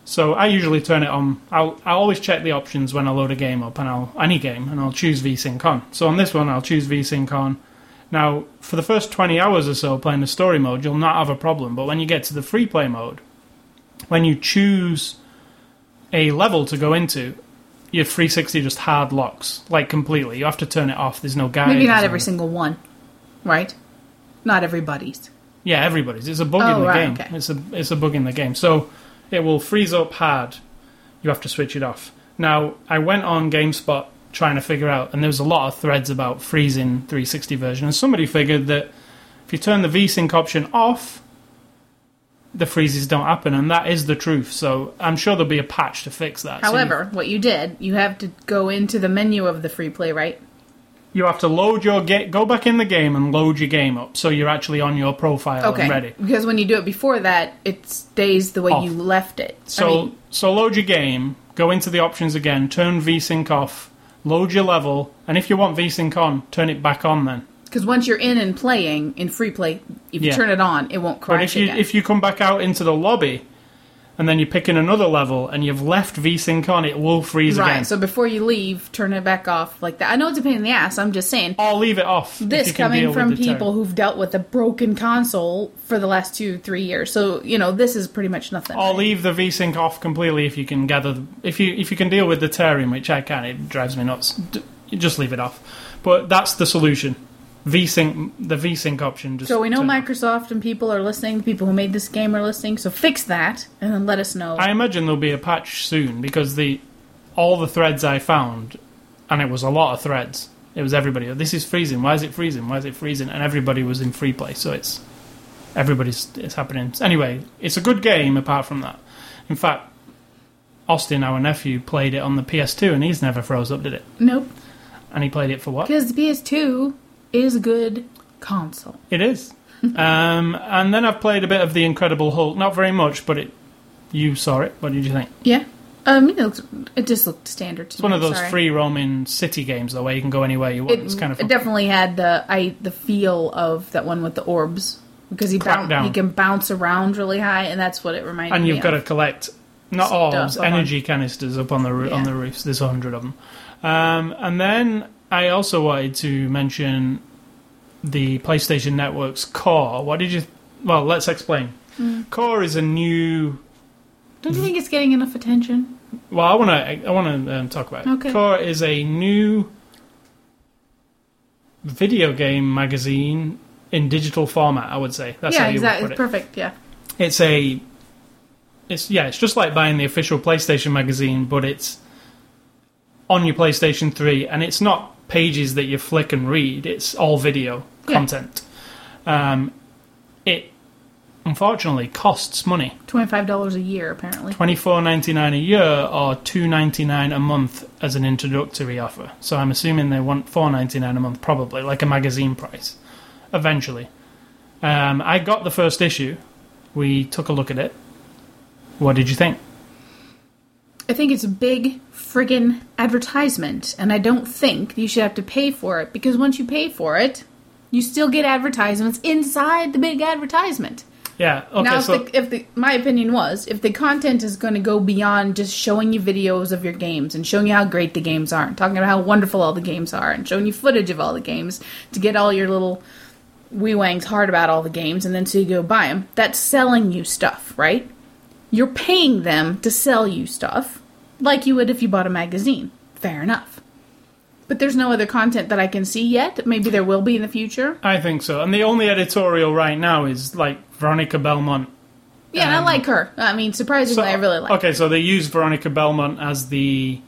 [SPEAKER 1] So I usually turn it on. I'll, I always check the options when I load a game up, and I'll any game, and I'll choose VSync on. So on this one, I'll choose VSync on. Now, for the first 20 hours or so playing the story mode, you'll not have a problem. But when you get to the free play mode, when you choose a level to go into, your 360 just hard locks, like completely. You have to turn it off. There's no guide.
[SPEAKER 2] Maybe
[SPEAKER 1] there's
[SPEAKER 2] not
[SPEAKER 1] no-
[SPEAKER 2] every single one, right? Not everybody's.
[SPEAKER 1] yeah, everybody's. It's a bug
[SPEAKER 2] Oh,
[SPEAKER 1] in the
[SPEAKER 2] right,
[SPEAKER 1] game.
[SPEAKER 2] okay.
[SPEAKER 1] It's a it's a bug in the game. So it will freeze up hard. You have to switch it off. Now I went on GameSpot trying to figure out, and there was a lot of threads about freezing 360 version, and somebody figured that if you turn the VSync option off, the freezes don't happen, and that is the truth. So I'm sure there'll be a patch to fix that. So you-
[SPEAKER 2] However, what you did, you have to go into the menu of the free play, right?
[SPEAKER 1] you have to load your ga- go back in the game and load your game up, so you're actually on your profile
[SPEAKER 2] Okay.
[SPEAKER 1] and Oh, ready.
[SPEAKER 2] Because when you do it before that, it stays the way
[SPEAKER 1] Off.
[SPEAKER 2] you left it.
[SPEAKER 1] So
[SPEAKER 2] I mean,
[SPEAKER 1] so load your game, go into the options again, turn VSync off, load your level, and if you want VSync on, turn it back on then.
[SPEAKER 2] Because once you're in and playing in free play, if you
[SPEAKER 1] Yeah.
[SPEAKER 2] turn it on, it won't
[SPEAKER 1] But
[SPEAKER 2] crash
[SPEAKER 1] if you
[SPEAKER 2] again.
[SPEAKER 1] if you come back out into the lobby and then you're picking another level and you've left VSync on, it will freeze
[SPEAKER 2] right.
[SPEAKER 1] again.
[SPEAKER 2] So before you leave, turn it back off like that. I know it's a pain in the ass. I'm just saying.
[SPEAKER 1] or leave it off. if
[SPEAKER 2] This
[SPEAKER 1] you can deal
[SPEAKER 2] coming
[SPEAKER 1] with
[SPEAKER 2] from
[SPEAKER 1] the terror.
[SPEAKER 2] people who've dealt with a broken console for the last two, three years. So you know this is pretty much nothing.
[SPEAKER 1] Or leave the VSync off completely if you can gather the, if you if you can deal with the tearing, which I can. It drives me nuts. D- you just leave it off. But that's the solution. VSync the VSync option. Just
[SPEAKER 2] so we know
[SPEAKER 1] turn it off.
[SPEAKER 2] Microsoft and people are listening. The people who made this game are listening. So fix that and then let us know.
[SPEAKER 1] I imagine there'll be a patch soon because the all the threads I found, and it was a lot of threads, It was everybody. "Oh, This is freezing. Why is it freezing? Why is it freezing? And everybody was in free play, so it's everybody's it's happening. Anyway, it's a good game. Apart from that, in fact, Austin, our nephew, played it on the PS2, and he's never froze up, did it?
[SPEAKER 2] Nope.
[SPEAKER 1] And he played it for what?
[SPEAKER 2] Because the PS2 is a good console.
[SPEAKER 1] It is. *laughs* um, and then I've played a bit of the Incredible Hulk. Not very much, but it. You saw it. What did you think?
[SPEAKER 2] Yeah. Um, it, looks, it just looked standard to
[SPEAKER 1] It's one
[SPEAKER 2] me,
[SPEAKER 1] of those
[SPEAKER 2] sorry.
[SPEAKER 1] free roaming city games, though, where you can go anywhere you want.
[SPEAKER 2] It,
[SPEAKER 1] it's kind of
[SPEAKER 2] it
[SPEAKER 1] fun.
[SPEAKER 2] definitely had the I the feel of that one with the orbs because he boun-
[SPEAKER 1] Crackdown.
[SPEAKER 2] he can bounce around really high and that's what it reminded
[SPEAKER 1] and
[SPEAKER 2] me.
[SPEAKER 1] you've got to
[SPEAKER 2] of.
[SPEAKER 1] collect not
[SPEAKER 2] Stuff
[SPEAKER 1] orbs,
[SPEAKER 2] up on-
[SPEAKER 1] energy canisters up on the roo- on
[SPEAKER 2] Yeah.
[SPEAKER 1] the roofs. There's a hundred of them. Um, and then I also wanted to mention the PlayStation Network's Core. What did you? Well, let's explain.
[SPEAKER 2] Hmm.
[SPEAKER 1] Core is a new.
[SPEAKER 2] Don't you think it's getting enough attention?
[SPEAKER 1] Well, I want to. I want to um, talk about. It.
[SPEAKER 2] Okay.
[SPEAKER 1] Core is a new video game magazine in digital format. I would say that's
[SPEAKER 2] yeah,
[SPEAKER 1] how you would
[SPEAKER 2] exactly.
[SPEAKER 1] put it.
[SPEAKER 2] It's perfect. Yeah.
[SPEAKER 1] it's a it's yeah it's just like buying the official playstation magazine but it's on your playstation 3 and it's not pages that you flick and read it's all video
[SPEAKER 2] Yeah.
[SPEAKER 1] content um, it unfortunately costs money
[SPEAKER 2] Twenty five dollars a year apparently.
[SPEAKER 1] twenty four ninety nine a year or two ninety nine a month as an introductory offer. So I'm assuming they want four ninety nine a month, probably like a magazine price. Eventually, um, I got the first issue. We took a look at it. What did you think?
[SPEAKER 2] I think it's a big friggin' advertisement, and I don't think you should have to pay for it because once you pay for it, you still get advertisements inside the big advertisement.
[SPEAKER 1] Yeah. Okay.
[SPEAKER 2] now, if,
[SPEAKER 1] so
[SPEAKER 2] the, if the my opinion was, if the content is going to go beyond just showing you videos of your games and showing you how great the games are, and talking about how wonderful all the games are, and showing you footage of all the games to get all your little wee wangs hard about all the games, and then so you go buy them, that's selling you stuff, right? You're paying them to sell you stuff, like you would if you bought a magazine. Fair enough. But there's no other content that I can see yet. Maybe there will be in the future.
[SPEAKER 1] I think so. And the only editorial right now is like Veronica Belmont.
[SPEAKER 2] Yeah, and I like her. I mean, surprisingly,
[SPEAKER 1] Um, So- uh,
[SPEAKER 2] I really like her.
[SPEAKER 1] Okay, so they use Veronica Belmont as the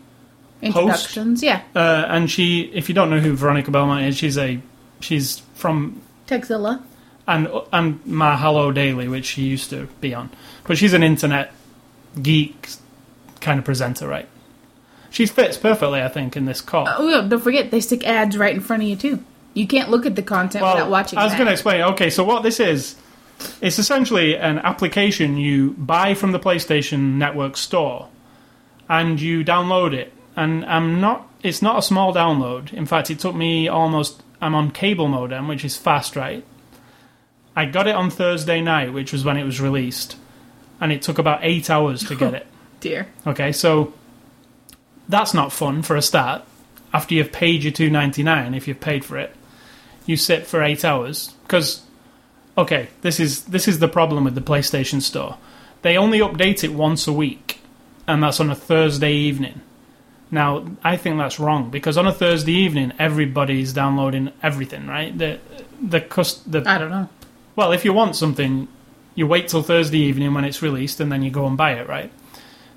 [SPEAKER 2] introductions. Yeah,
[SPEAKER 1] uh, and she. If you don't know who Veronica Belmont is, she's a she's from
[SPEAKER 2] Techzilla.
[SPEAKER 1] and and my Hello Daily, which she used to be on. But she's an internet geek kind of presenter, right? She fits perfectly, I think, in this call.
[SPEAKER 2] Oh, yeah, don't forget they stick ads right in front of you too. You can't look at the content without watching.
[SPEAKER 1] I was
[SPEAKER 2] the
[SPEAKER 1] going to
[SPEAKER 2] ad.
[SPEAKER 1] explain. Okay, so what this is, it's essentially an application you buy from the PlayStation Network store, and you download it. And I'm not. It's not a small download. In fact, it took me almost. I'm on cable modem, which is fast, right? I got it on Thursday night, which was when it was released, and it took about eight hours to
[SPEAKER 2] *laughs*
[SPEAKER 1] get it.
[SPEAKER 2] dear.
[SPEAKER 1] Okay, so that's not fun for a start. After you've paid your two ninety nine, if you've paid for it, you sit for eight hours because okay, this is this is the problem with the PlayStation Store. They only update it once a week, and that's on a Thursday evening. Now, I think that's wrong because on a Thursday evening, everybody's downloading everything, right? The the cus- the
[SPEAKER 2] I don't know.
[SPEAKER 1] well, if you want something, you wait till Thursday evening when it's released and then you go and buy it, right?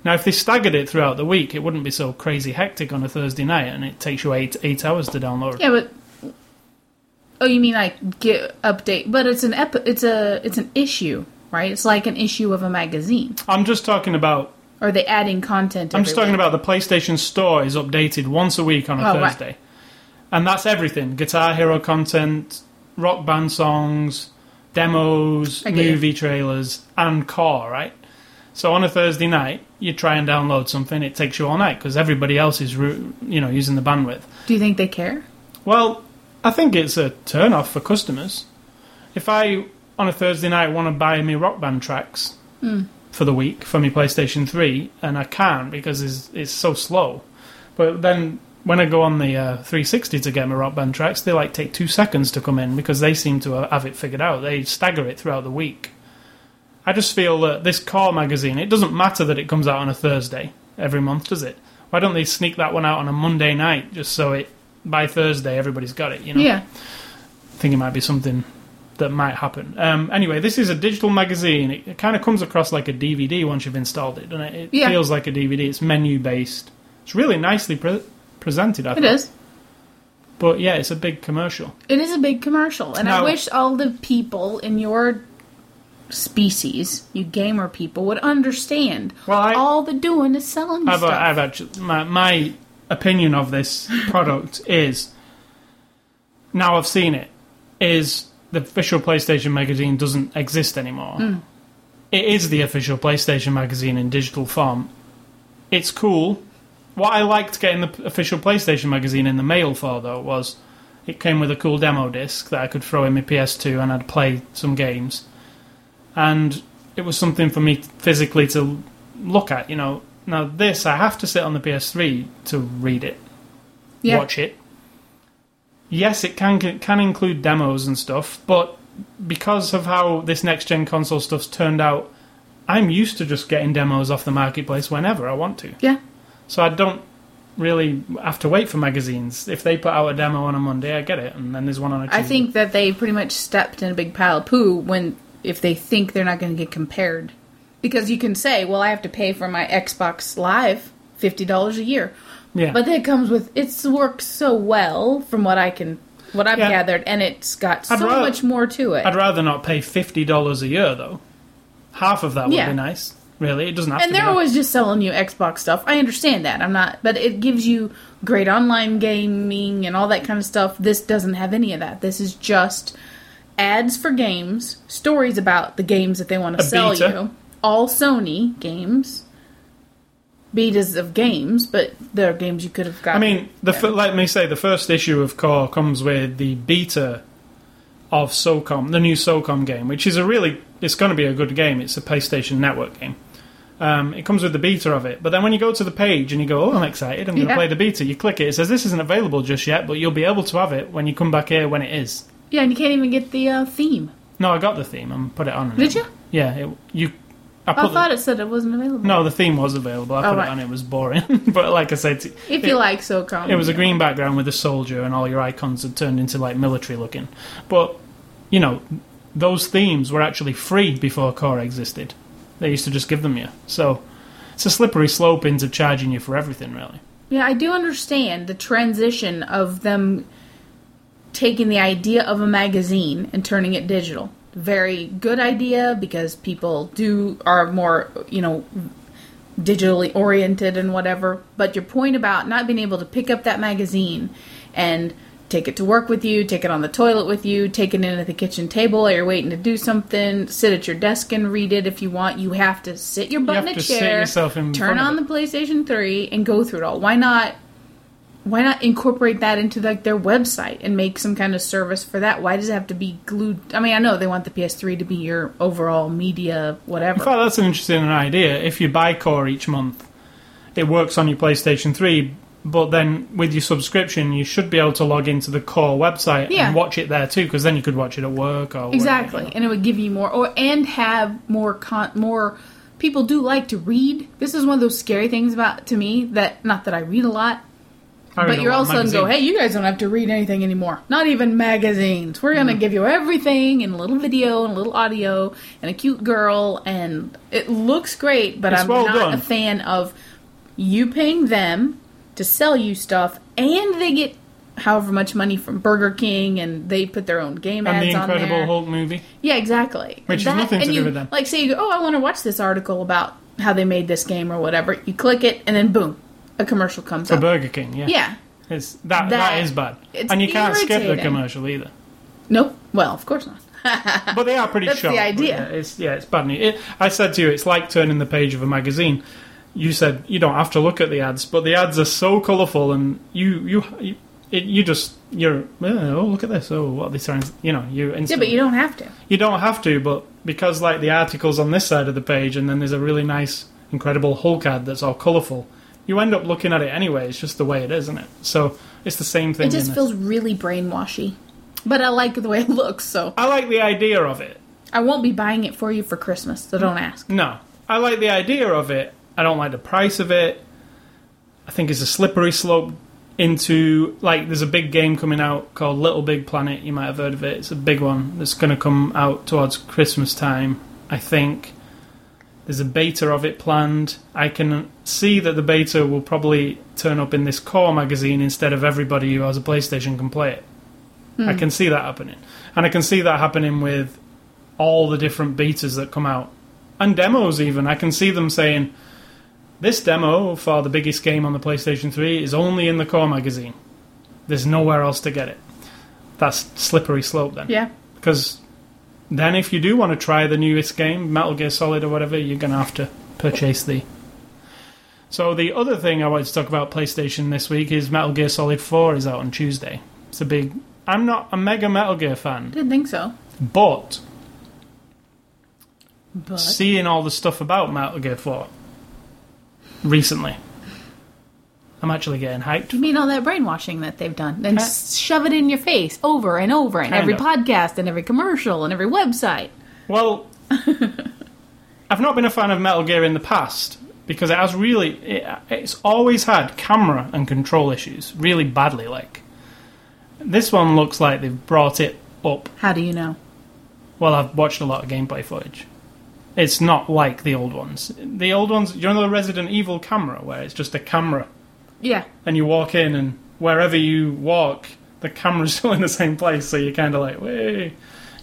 [SPEAKER 1] Now, if they staggered it throughout the week, it wouldn't be so crazy hectic on a Thursday night and it takes you eight, eight hours to download.
[SPEAKER 2] Yeah, but oh, you mean like get update? But it's an ep- It's a it's an issue, right? It's like an issue of a magazine.
[SPEAKER 1] I'm just talking about.
[SPEAKER 2] Or they adding content.
[SPEAKER 1] I'm just
[SPEAKER 2] every
[SPEAKER 1] talking
[SPEAKER 2] week?
[SPEAKER 1] about the PlayStation Store is updated once a week on a
[SPEAKER 2] Oh, right.
[SPEAKER 1] Thursday, and that's everything: Guitar Hero content, rock band songs, demos,
[SPEAKER 2] I get you.
[SPEAKER 1] movie trailers, and core. Right. So on a Thursday night, you try and download something. It takes you all night because everybody else is, ru- you know, using the bandwidth.
[SPEAKER 2] Do you think they care?
[SPEAKER 1] Well, I think it's a turn off for customers. If I, on a Thursday night, want to buy me rock band tracks for the week for my PlayStation 3, and I can't because it's, it's so slow, but then when I go on the uh, 360 to get my rock band tracks, they like take two seconds to come in because they seem to have it figured out. They stagger it throughout the week. I just feel that this core magazine, it doesn't matter that it comes out on a Thursday every month, does it? Why don't they sneak that one out on a Monday night just so it by Thursday everybody's got it, you know?
[SPEAKER 2] Yeah.
[SPEAKER 1] I think it might be something that might happen. Um, anyway, this is a digital magazine. It, it kind of comes across like a DVD once you've installed it, doesn't it? It
[SPEAKER 2] Yeah.
[SPEAKER 1] feels like a DVD. It's menu based. It's really nicely pre- presented. I
[SPEAKER 2] It
[SPEAKER 1] think.
[SPEAKER 2] is.
[SPEAKER 1] But yeah, it's a big commercial.
[SPEAKER 2] It is a big commercial, and I
[SPEAKER 1] No.
[SPEAKER 2] wish all the people in your species, you gamer people, would understand.
[SPEAKER 1] Well, I-
[SPEAKER 2] all the doing is selling
[SPEAKER 1] I've,
[SPEAKER 2] stuff.
[SPEAKER 1] I've actually my, my opinion of this product is now I've seen it is the official PlayStation magazine doesn't exist anymore. It is the official PlayStation magazine in digital form. It's cool. What I liked getting the official PlayStation magazine in the mail for though was it came with a cool demo disc that I could throw in my PS2 and I'd play some games. And it was something for me physically to look at, you know. Now, this, I have to sit on the PS3 to read it,
[SPEAKER 2] yeah,
[SPEAKER 1] watch it. Yes, it can, can include demos and stuff, but because of how this next gen console stuff's turned out, I'm used to just getting demos off the marketplace whenever I want to.
[SPEAKER 2] yeah.
[SPEAKER 1] So I don't really have to wait for magazines. If they put out a demo on a Monday, I get it, and then there's one on a Tuesday.
[SPEAKER 2] I think that they pretty much stepped in a big pile of poo when if they think they're not going to get compared, because you can say, "Well, I have to pay for my Xbox Live fifty dollars a year,"
[SPEAKER 1] yeah.
[SPEAKER 2] but that comes with it's worked so well from what I can, what I've
[SPEAKER 1] Yeah.
[SPEAKER 2] gathered, and it's got
[SPEAKER 1] I'd
[SPEAKER 2] so
[SPEAKER 1] rather-
[SPEAKER 2] much more to it.
[SPEAKER 1] I'd rather not pay fifty dollars a year though. Half of that would
[SPEAKER 2] Yeah.
[SPEAKER 1] be nice. Really, it doesn't have to.
[SPEAKER 2] and
[SPEAKER 1] be
[SPEAKER 2] they're
[SPEAKER 1] that.
[SPEAKER 2] always just selling you Xbox stuff. I understand that. I'm not, but it gives you great online gaming and all that kind of stuff. This doesn't have any of that. This is just ads for games, stories about the games that they want to
[SPEAKER 1] A
[SPEAKER 2] sell
[SPEAKER 1] beta.
[SPEAKER 2] you. All Sony games, betas of games, but there are games you could have got.
[SPEAKER 1] I mean, the f- let me say the first issue of Core comes with the beta of SOCOM, the new SOCOM game, which is a really it's going to be a good game. It's a PlayStation Network game. Um, it comes with the beta of it, but then when you go to the page and you go, "Oh, I'm excited! I'm going to
[SPEAKER 2] Yeah.
[SPEAKER 1] play the beta." You click it. It says this isn't available just yet, but you'll be able to have it when you come back here when it is.
[SPEAKER 2] yeah, and you can't even get the uh, theme.
[SPEAKER 1] No, I got the theme and put it on.
[SPEAKER 2] Did you? Oh,
[SPEAKER 1] Yeah, it, you. I put
[SPEAKER 2] I
[SPEAKER 1] the-
[SPEAKER 2] thought it said it wasn't available.
[SPEAKER 1] No, the theme was available. I
[SPEAKER 2] Oh,
[SPEAKER 1] put
[SPEAKER 2] right.
[SPEAKER 1] it on. It was boring, *laughs* but like I said, t-
[SPEAKER 2] if
[SPEAKER 1] it-
[SPEAKER 2] you like SOCOM,
[SPEAKER 1] it was a green background with a soldier, and all your icons had turned into like military looking. But you know, those themes were actually free before Core existed. They used to just give them you. So it's a slippery slope into charging you for everything, really.
[SPEAKER 2] Yeah, I do understand the transition of them taking the idea of a magazine and turning it digital. Very good idea because people do are more, you know, digitally oriented and whatever. But your point about not being able to pick up that magazine and take it to work with you, take it on the toilet with you, take it in at the kitchen table while you're waiting to do something, sit at your desk and read it if you want. You have to sit your butt
[SPEAKER 1] have
[SPEAKER 2] in a
[SPEAKER 1] to sit
[SPEAKER 2] chair,
[SPEAKER 1] yourself in
[SPEAKER 2] turn
[SPEAKER 1] front of
[SPEAKER 2] on
[SPEAKER 1] it.
[SPEAKER 2] the PlayStation 3 and go through it all. Why not why not incorporate that into like their website and make some kind of service for that? Why does it have to be glued? I mean, I know they want the PS3 to be your overall media whatever.
[SPEAKER 1] In fact, that's an interesting idea. If you buy Core each month, it works on your PlayStation 3, but then with your subscription, you should be able to log into the Core website
[SPEAKER 2] Yeah.
[SPEAKER 1] and watch it there too, because then you could watch it at work or whatever, you
[SPEAKER 2] Exactly,
[SPEAKER 1] know.
[SPEAKER 2] and it would give you more, or and have more con more. People do like to read. This is one of those scary things about to me that not that I read a lot,
[SPEAKER 1] I read
[SPEAKER 2] but
[SPEAKER 1] a
[SPEAKER 2] you're
[SPEAKER 1] lot
[SPEAKER 2] all
[SPEAKER 1] of
[SPEAKER 2] of a sudden go,
[SPEAKER 1] magazines.
[SPEAKER 2] hey, you guys don't have to read anything anymore. Not even magazines. We're
[SPEAKER 1] Mm.
[SPEAKER 2] gonna give you everything and a little video and a little audio and a cute girl and it looks great, but
[SPEAKER 1] It's
[SPEAKER 2] I'm
[SPEAKER 1] well
[SPEAKER 2] not
[SPEAKER 1] done.
[SPEAKER 2] a fan of you paying them to sell you stuff and they get however much money from Burger King and they put their own game
[SPEAKER 1] and the
[SPEAKER 2] ads on
[SPEAKER 1] Incredible
[SPEAKER 2] there.
[SPEAKER 1] Hulk movie.
[SPEAKER 2] Yeah, exactly.
[SPEAKER 1] Which has nothing to do
[SPEAKER 2] and you-
[SPEAKER 1] with them.
[SPEAKER 2] Like, say you go, oh, I want to watch this article about how they made this game or whatever. You click it, and then boom, a commercial comes
[SPEAKER 1] For
[SPEAKER 2] up.
[SPEAKER 1] Burger King, yeah.
[SPEAKER 2] yeah.
[SPEAKER 1] It's, that,
[SPEAKER 2] That-
[SPEAKER 1] that is bad.
[SPEAKER 2] it's
[SPEAKER 1] And you can't skip
[SPEAKER 2] irritating.
[SPEAKER 1] the commercial either.
[SPEAKER 2] Nope. Well, of course not.
[SPEAKER 1] But they are pretty
[SPEAKER 2] That's
[SPEAKER 1] short.
[SPEAKER 2] the
[SPEAKER 1] but
[SPEAKER 2] idea.
[SPEAKER 1] Yeah, it's, yeah, it's bad news. It, I said to you, it's like turning the page of a magazine. You said you don't have to look at the ads, but the ads are so colourful, and you you you, it, you just you're oh look at this oh what are they trying you know you
[SPEAKER 2] Yeah, but
[SPEAKER 1] instantly,
[SPEAKER 2] you don't have to.
[SPEAKER 1] you don't have to, but because like the articles on this side of the page, and then there's a really nice incredible Hulk ad that's all colourful. You end up looking at it anyway. It's just the way it is, isn't it? So it's the same thing.
[SPEAKER 2] It just
[SPEAKER 1] in this.
[SPEAKER 2] feels really brainwashy. But I like the way it looks, so
[SPEAKER 1] I like the idea of it.
[SPEAKER 2] I won't be buying it for you for Christmas, so don't ask.
[SPEAKER 1] No. I like the idea of it. I don't like the price of it. I think it's a slippery slope into like there's a big game coming out called Little Big Planet. You might have heard of it. It's a big one that's going to come out towards Christmas time, I think. There's a beta of it planned. I can see that the beta will probably turn up in this core magazine instead of everybody who has a PlayStation can play it. I can see that happening. And I can see that happening with all the different betas that come out. And demos, even. I can see them saying, this demo for the biggest game on the PlayStation 3 is only in the core magazine. There's nowhere else to get it. That's slippery slope then.
[SPEAKER 2] Yeah.
[SPEAKER 1] Because then, if you do want to try the newest game, Metal Gear Solid or whatever, you're going to have to purchase the. So, the other thing I wanted to talk about PlayStation this week is Metal Gear Solid 4 is out on Tuesday. It's a big. I'm not a mega Metal Gear fan,
[SPEAKER 2] Didn't think so.
[SPEAKER 1] but
[SPEAKER 2] But
[SPEAKER 1] seeing all the stuff about Metal Gear 4 recently, I'm actually getting hyped.
[SPEAKER 2] you mean all that brainwashing that they've done? Then s shove it in your face over and over in
[SPEAKER 1] Kind
[SPEAKER 2] every
[SPEAKER 1] of.
[SPEAKER 2] podcast and every commercial and every website.
[SPEAKER 1] Well, I've not been a fan of Metal Gear in the past because it has really, it, it's always had camera and control issues really badly. Like this one looks like they've brought it up.
[SPEAKER 2] How do you know?
[SPEAKER 1] Well, I've watched a lot of gameplay footage. It's not like the old ones. The old ones, you know, the Resident Evil camera where it's just a camera
[SPEAKER 2] Yeah.
[SPEAKER 1] and you walk in and wherever you walk the camera's *laughs* still in the same place so you're kind of like way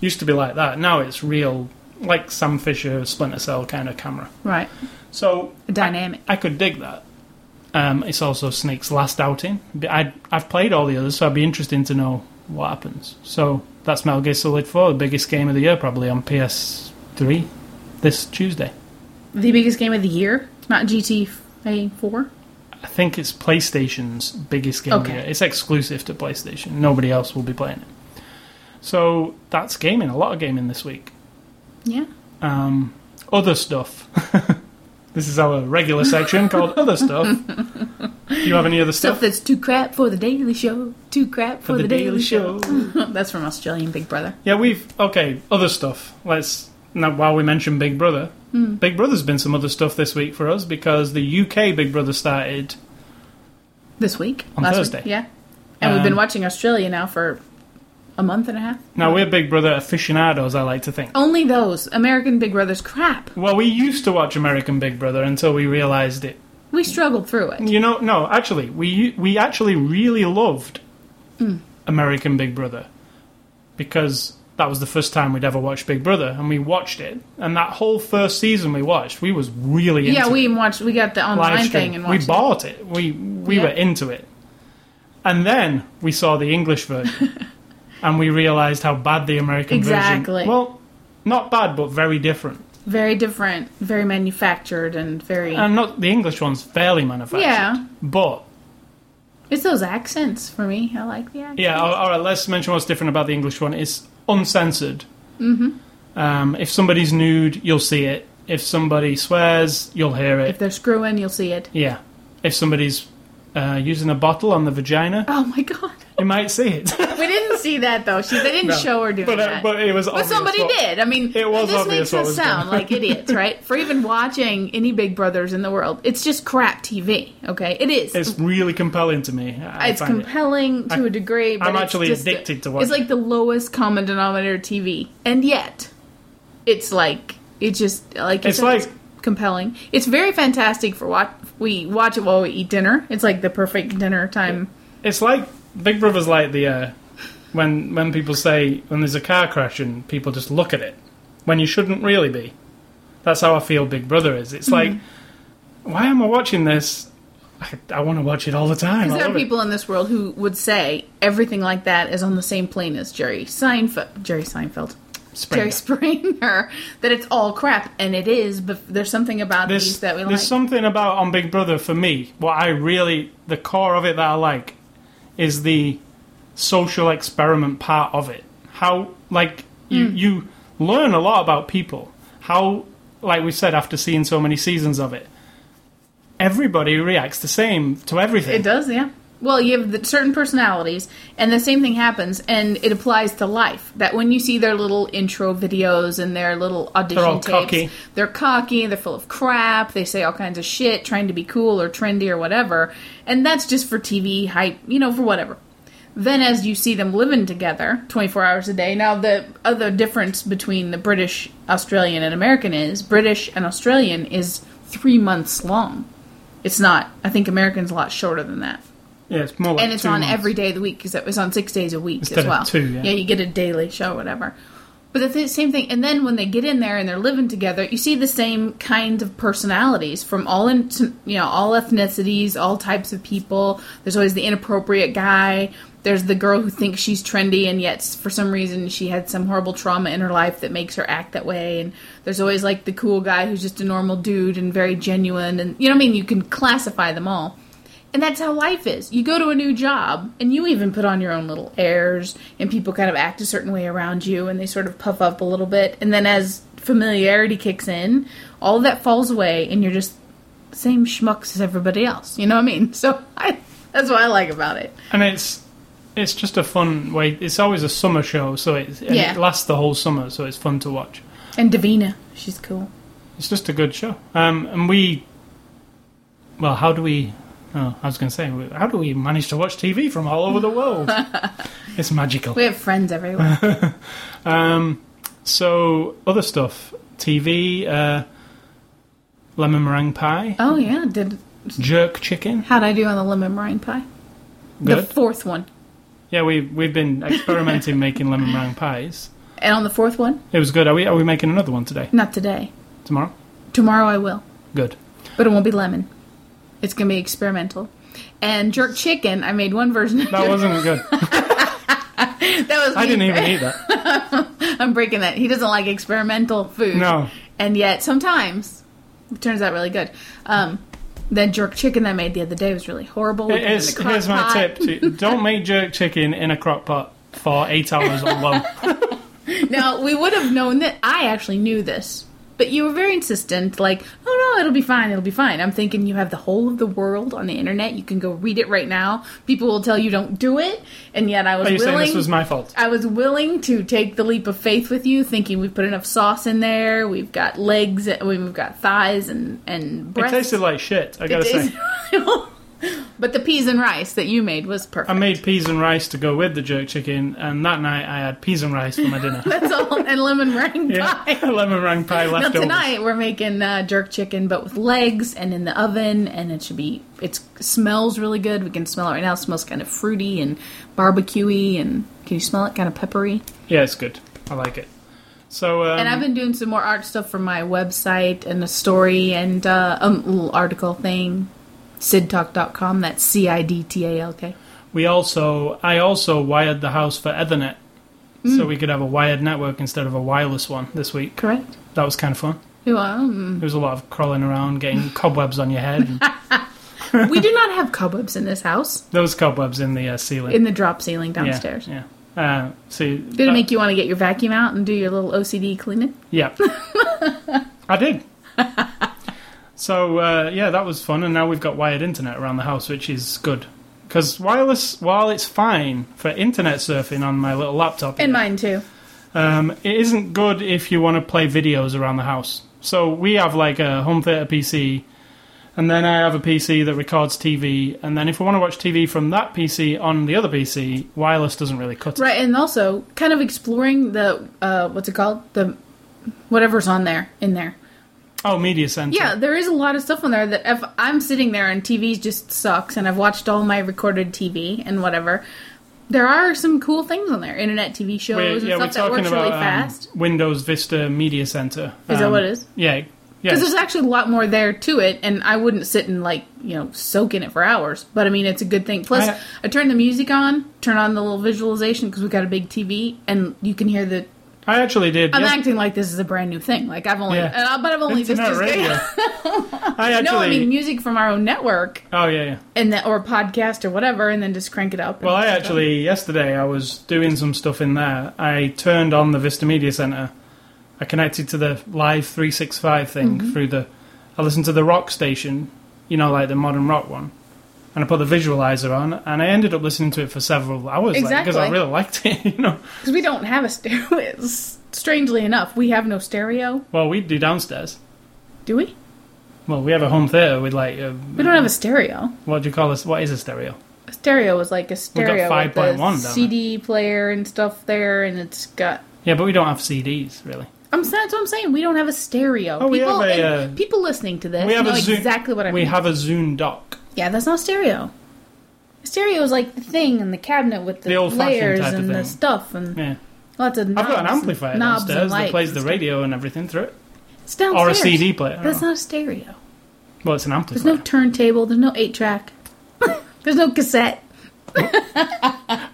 [SPEAKER 1] used to be like that now it's real like sam fisher splinter cell kind of camera
[SPEAKER 2] Right.
[SPEAKER 1] so
[SPEAKER 2] Dynamic.
[SPEAKER 1] i could dig that um, it's also snake's last outing But I'd, i've played all the others so i'd be interested to know what happens so that's metal gear solid 4 the biggest game of the year probably on ps3 this tuesday
[SPEAKER 2] The biggest game of the year, not GTA 4.
[SPEAKER 1] I think it's PlayStation's biggest game.
[SPEAKER 2] Okay.
[SPEAKER 1] Okay. It's exclusive to PlayStation. Nobody else will be playing it. So that's gaming. A lot of gaming this week.
[SPEAKER 2] Yeah.
[SPEAKER 1] Um, other stuff. *laughs* this is our regular section called other stuff. Do you have any other
[SPEAKER 2] Stuff
[SPEAKER 1] stuff?
[SPEAKER 2] that's too crap for the Daily Show. Too crap for, the, Daily, Show.
[SPEAKER 1] Show.
[SPEAKER 2] *laughs* that's from Australian Big Brother.
[SPEAKER 1] yeah, we've okay. Other stuff. Let's now while we mention Big Brother. Big Brother's been some other stuff this week for us because the UK Big Brother started
[SPEAKER 2] This week.
[SPEAKER 1] On
[SPEAKER 2] week,
[SPEAKER 1] Thursday.
[SPEAKER 2] Yeah. And we've been
[SPEAKER 1] Um,
[SPEAKER 2] watching Australia now for a month and a half.
[SPEAKER 1] Now we're Big Brother aficionados, I like to think.
[SPEAKER 2] Only those. American Big Brother's crap.
[SPEAKER 1] Well, we used to watch American Big Brother until we realized it.
[SPEAKER 2] We struggled through it.
[SPEAKER 1] You know, no, actually, we we actually really loved
[SPEAKER 2] Hmm.
[SPEAKER 1] American Big Brother because that was the first time we'd ever watched Big Brother, and we watched it. And that whole first season we watched, we was really into
[SPEAKER 2] Yeah, we
[SPEAKER 1] it.
[SPEAKER 2] even watched. We got the
[SPEAKER 1] Live
[SPEAKER 2] online
[SPEAKER 1] stream.
[SPEAKER 2] thing and
[SPEAKER 1] we
[SPEAKER 2] watched. it.
[SPEAKER 1] bought it. We we
[SPEAKER 2] Yeah.
[SPEAKER 1] were into it, and then we saw the English version,
[SPEAKER 2] *laughs*
[SPEAKER 1] and we realized how bad the American
[SPEAKER 2] Exactly.
[SPEAKER 1] version. Well, not bad, but very different.
[SPEAKER 2] Very different, very manufactured, and very.
[SPEAKER 1] And not the English one's fairly manufactured.
[SPEAKER 2] yeah,
[SPEAKER 1] But
[SPEAKER 2] it's those accents for me. I like the accents.
[SPEAKER 1] yeah, all, all right. Let's mention what's different about the English one. It's uncensored. Mm-hmm. Um, if somebody's nude, you'll see it. If somebody swears, you'll hear
[SPEAKER 2] If
[SPEAKER 1] it.
[SPEAKER 2] they're screwing, you'll see it.
[SPEAKER 1] Yeah. If somebody's uh, using a bottle on the vagina,
[SPEAKER 2] Oh my *laughs* god,
[SPEAKER 1] you might see
[SPEAKER 2] *laughs*
[SPEAKER 1] it.
[SPEAKER 2] we didn't see that though. She they didn't
[SPEAKER 1] No.
[SPEAKER 2] show her doing
[SPEAKER 1] but, uh,
[SPEAKER 2] that.
[SPEAKER 1] But it was.
[SPEAKER 2] But
[SPEAKER 1] obvious
[SPEAKER 2] somebody
[SPEAKER 1] what-
[SPEAKER 2] did. I mean,
[SPEAKER 1] It was
[SPEAKER 2] this
[SPEAKER 1] obvious
[SPEAKER 2] makes
[SPEAKER 1] what
[SPEAKER 2] us
[SPEAKER 1] was done. *laughs*
[SPEAKER 2] sound like idiots, right? For even watching any Big Brothers in the world, it's just crap TV. Okay, it is.
[SPEAKER 1] It's really compelling to me. I
[SPEAKER 2] it's
[SPEAKER 1] find it.
[SPEAKER 2] compelling to a degree. But
[SPEAKER 1] I'm
[SPEAKER 2] it's
[SPEAKER 1] actually
[SPEAKER 2] just-
[SPEAKER 1] addicted to watching
[SPEAKER 2] It's like the lowest common denominator TV, and yet it's like it just like you
[SPEAKER 1] It's
[SPEAKER 2] said,
[SPEAKER 1] like-
[SPEAKER 2] compelling. It's very fantastic for what we watch it while we eat dinner. It's like the perfect dinner time.
[SPEAKER 1] It's like Big Brother's like the uh, when when people say when there's a car crash and people just look at it when you shouldn't really be. That's how I feel Big Brother is. It's like
[SPEAKER 2] Mm-hmm.
[SPEAKER 1] why am I watching this? I, I want to watch it all the time. I
[SPEAKER 2] There are
[SPEAKER 1] love it.
[SPEAKER 2] people in this world who would say everything like that is on the same plane as Jerry Seinfeld. Jerry Seinfeld.
[SPEAKER 1] Springer.
[SPEAKER 2] Jerry Springer. *laughs* That it's all crap, and it is. But there's something about
[SPEAKER 1] There's,
[SPEAKER 2] these that we
[SPEAKER 1] there's
[SPEAKER 2] like.
[SPEAKER 1] something about on Big Brother for me. What I really the core of it that I like is the social experiment part of it. How like you
[SPEAKER 2] Hmm.
[SPEAKER 1] you learn a lot about people. How like we said after seeing so many seasons of it, everybody reacts the same to everything.
[SPEAKER 2] It does, yeah. Well, you have the certain personalities, and the same thing happens, and it applies to life. That when you see their little intro videos and their little audition
[SPEAKER 1] all
[SPEAKER 2] tapes,
[SPEAKER 1] cocky.
[SPEAKER 2] they're cocky, they're full of crap, they say all kinds of shit, trying to be cool or trendy or whatever, and that's just for TV hype, you know, for whatever. Then, as you see them living together 24 hours a day, now the other difference between the British, Australian, and American is British and Australian is three months long. It's not, I think American's a lot shorter than that.
[SPEAKER 1] Yeah, it's more like
[SPEAKER 2] and it's
[SPEAKER 1] two
[SPEAKER 2] on
[SPEAKER 1] months.
[SPEAKER 2] every day of the week because it was on six days a week
[SPEAKER 1] Instead
[SPEAKER 2] as
[SPEAKER 1] of
[SPEAKER 2] well.
[SPEAKER 1] two, yeah.
[SPEAKER 2] you get a daily show, whatever. But the th- same thing. And then when they get in there and they're living together, you see the same kinds of personalities from all in, you know all ethnicities, all types of people. There's always the inappropriate guy. There's the girl who thinks she's trendy and yet s- for some reason she had some horrible trauma in her life that makes her act that way. And there's always like the cool guy who's just a normal dude and very genuine. And you know what I mean? You can classify them all. And that's how life is. You go to a new job and you even put on your own little airs and people kind of act a certain way around you and they sort of puff up a little bit and then as familiarity kicks in, all of that falls away and you're just same schmucks as everybody else. You know what I mean? *laughs* So I, that's what I like about it.
[SPEAKER 1] and it's it's just a fun way. It's always a summer show, so it's, and
[SPEAKER 2] Yeah.
[SPEAKER 1] it lasts the whole summer, so it's fun to watch.
[SPEAKER 2] And Davina, she's cool.
[SPEAKER 1] It's just a good show. Um, and we, well, how do we? Oh, I was going to say, how do we manage to watch TV from all over the world? it's magical. Um,
[SPEAKER 2] We have friends everywhere.
[SPEAKER 1] So other stuff, TV, uh, lemon meringue pie,
[SPEAKER 2] oh yeah, did
[SPEAKER 1] jerk chicken.
[SPEAKER 2] how'd I do on the lemon meringue pie? The
[SPEAKER 1] Good.
[SPEAKER 2] fourth one.
[SPEAKER 1] Yeah, we we've been experimenting making lemon meringue pies.
[SPEAKER 2] And on the fourth one?
[SPEAKER 1] It was good. Are we are we making another one today?
[SPEAKER 2] Not today.
[SPEAKER 1] Tomorrow?
[SPEAKER 2] Tomorrow I will.
[SPEAKER 1] Good.
[SPEAKER 2] but it won't be lemon. It's gonna be experimental. And jerk chicken, I made one version. Of
[SPEAKER 1] That
[SPEAKER 2] jerk-
[SPEAKER 1] wasn't good.
[SPEAKER 2] *laughs* that was
[SPEAKER 1] I
[SPEAKER 2] me.
[SPEAKER 1] didn't even eat that.
[SPEAKER 2] I'm breaking that. He doesn't like experimental food.
[SPEAKER 1] No.
[SPEAKER 2] And yet sometimes it turns out really good. Um, that jerk chicken I made the other day was really horrible. We put it in the
[SPEAKER 1] Here's,
[SPEAKER 2] crock
[SPEAKER 1] here's my
[SPEAKER 2] pot.
[SPEAKER 1] tip: to you.
[SPEAKER 2] *laughs*
[SPEAKER 1] don't make jerk chicken in a crock pot for eight hours or low.
[SPEAKER 2] Now we would have known that. I actually knew this, but you were very insistent. Like, oh no, it'll be fine. It'll be fine. I'm thinking you have the whole of the world on the internet. You can go read it right now. People will tell you don't do it, and yet I was
[SPEAKER 1] Are you saying
[SPEAKER 2] willing.
[SPEAKER 1] this was my fault?
[SPEAKER 2] I was willing to take the leap of faith with you, thinking we've put enough sauce in there. We've got legs. uh, We've got thighs and and
[SPEAKER 1] It
[SPEAKER 2] breasts.
[SPEAKER 1] tasted like shit. I gotta say.
[SPEAKER 2] *laughs* but the peas and rice that you made was perfect.
[SPEAKER 1] I made peas and rice to go with the jerk chicken, and that night I had peas and rice for my dinner.
[SPEAKER 2] *laughs* That's all, and lemon meringue
[SPEAKER 1] yeah,
[SPEAKER 2] pie.
[SPEAKER 1] *laughs* lemon meringue pie
[SPEAKER 2] Now
[SPEAKER 1] leftovers.
[SPEAKER 2] tonight we're making uh, jerk chicken, but with legs and in the oven, and it should be. It smells really good. We can smell it right now. It smells kind of fruity and barbecuey, and can you smell it? Kind of peppery.
[SPEAKER 1] Yeah, it's good. I like it. So, um,
[SPEAKER 2] And I've been doing some more art stuff for my website and a story and uh, a little article thing. SidTalk.com. That's C I D T A L K.
[SPEAKER 1] we also, I also wired the house for Ethernet,
[SPEAKER 2] Mm.
[SPEAKER 1] so we could have a wired network instead of a wireless one this week.
[SPEAKER 2] Correct?
[SPEAKER 1] That was kind of fun.
[SPEAKER 2] You are, *laughs* mm.
[SPEAKER 1] There was a lot of crawling around,
[SPEAKER 2] *laughs*
[SPEAKER 1] getting cobwebs on your head. And
[SPEAKER 2] we do not have cobwebs in this house,
[SPEAKER 1] there was cobwebs in the uh, ceiling.
[SPEAKER 2] in the drop ceiling
[SPEAKER 1] Yeah,
[SPEAKER 2] downstairs.
[SPEAKER 1] Yeah. Uh, see,
[SPEAKER 2] Did
[SPEAKER 1] that-
[SPEAKER 2] it make you want to get your vacuum out and do your little OCD cleaning?
[SPEAKER 1] Yeah. I did. *laughs* so, uh, yeah, that was fun, and now we've got wired internet around the house, which is good. Because wireless, while it's fine for internet surfing on my little laptop,
[SPEAKER 2] And mine too.
[SPEAKER 1] um, it isn't good if you want to play videos around the house. So we have like a home theater PC, and then I have a PC that records TV, and then if we want to watch TV from that PC on the other PC, wireless doesn't really cut it.
[SPEAKER 2] Right, and also kind of exploring the, uh, what's it called? The, whatever's on there, in there.
[SPEAKER 1] Oh, Media Center.
[SPEAKER 2] Yeah, there is a lot of stuff on there that if I'm sitting there and TV just sucks and I've watched all my recorded TV and whatever, there are some cool things on there. Internet TV shows
[SPEAKER 1] We're,
[SPEAKER 2] and
[SPEAKER 1] yeah, we're
[SPEAKER 2] stuff that
[SPEAKER 1] talking
[SPEAKER 2] works
[SPEAKER 1] about
[SPEAKER 2] really
[SPEAKER 1] um,
[SPEAKER 2] fast.
[SPEAKER 1] Windows Vista Media Center. Um,
[SPEAKER 2] Is that what it is?
[SPEAKER 1] Yeah, yeah.
[SPEAKER 2] Because there's actually a lot more there to it, and I wouldn't sit and like you know soak in it for hours. But I mean, it's a good thing. Plus,
[SPEAKER 1] I-
[SPEAKER 2] I, turn the music on, turn on the little visualization because we got a big TV, and you can hear the.
[SPEAKER 1] I actually did.
[SPEAKER 2] I'm
[SPEAKER 1] yes-
[SPEAKER 2] acting like this is a brand new thing. Like I've only,
[SPEAKER 1] Yeah.
[SPEAKER 2] and I- but I've only
[SPEAKER 1] Internet
[SPEAKER 2] just. *laughs*
[SPEAKER 1] radio. I actually.
[SPEAKER 2] no, I mean music from our own network.
[SPEAKER 1] oh yeah, yeah.
[SPEAKER 2] and then or podcast or whatever, and then just crank it up.
[SPEAKER 1] Well, I actually yesterday I was doing some stuff in there. I turned on the Vista Media Center. I connected to the live 365 thing
[SPEAKER 2] Mm-hmm.
[SPEAKER 1] through the. I listened to the rock station, you know, like the modern rock one, and I put the visualizer on, and I ended up listening to it for several hours because I
[SPEAKER 2] Exactly.
[SPEAKER 1] really liked it. *laughs* You know,
[SPEAKER 2] because we don't have a stereo. *laughs* Strangely enough, we have no stereo,
[SPEAKER 1] well, we do downstairs.
[SPEAKER 2] do we?
[SPEAKER 1] Well, we have a home theater with like, um, a,
[SPEAKER 2] We don't have a stereo.
[SPEAKER 1] what do you call this? What is a stereo?
[SPEAKER 2] A stereo was like a stereo with
[SPEAKER 1] 5.1,
[SPEAKER 2] a
[SPEAKER 1] don't we?
[SPEAKER 2] CD player and stuff there, and it's got.
[SPEAKER 1] Yeah, but we don't have CDs really.
[SPEAKER 2] I'm s- that's what I'm saying. We don't have a stereo.
[SPEAKER 1] Oh, we
[SPEAKER 2] people,
[SPEAKER 1] have a,
[SPEAKER 2] and
[SPEAKER 1] uh,
[SPEAKER 2] people listening to this
[SPEAKER 1] We have
[SPEAKER 2] know
[SPEAKER 1] a Zoom.
[SPEAKER 2] exactly what I
[SPEAKER 1] we
[SPEAKER 2] mean.
[SPEAKER 1] have a Zoom dock.
[SPEAKER 2] yeah, that's not stereo. Stereo is like the thing in the cabinet with the,
[SPEAKER 1] The old-fashioned
[SPEAKER 2] layers
[SPEAKER 1] type of
[SPEAKER 2] and the
[SPEAKER 1] thing.
[SPEAKER 2] stuff and
[SPEAKER 1] Yeah,
[SPEAKER 2] lots of.
[SPEAKER 1] I've
[SPEAKER 2] knobs
[SPEAKER 1] got an
[SPEAKER 2] and
[SPEAKER 1] amplifier
[SPEAKER 2] knobs and
[SPEAKER 1] downstairs that
[SPEAKER 2] lights
[SPEAKER 1] plays
[SPEAKER 2] and
[SPEAKER 1] the
[SPEAKER 2] stuff.
[SPEAKER 1] radio and everything through it,
[SPEAKER 2] It's
[SPEAKER 1] or a
[SPEAKER 2] downstairs.
[SPEAKER 1] CD player. I don't
[SPEAKER 2] That's
[SPEAKER 1] know.
[SPEAKER 2] not stereo.
[SPEAKER 1] well, it's an
[SPEAKER 2] There's
[SPEAKER 1] amplifier.
[SPEAKER 2] no turntable. There's no eight track. *laughs* there's no cassette.
[SPEAKER 1] Why-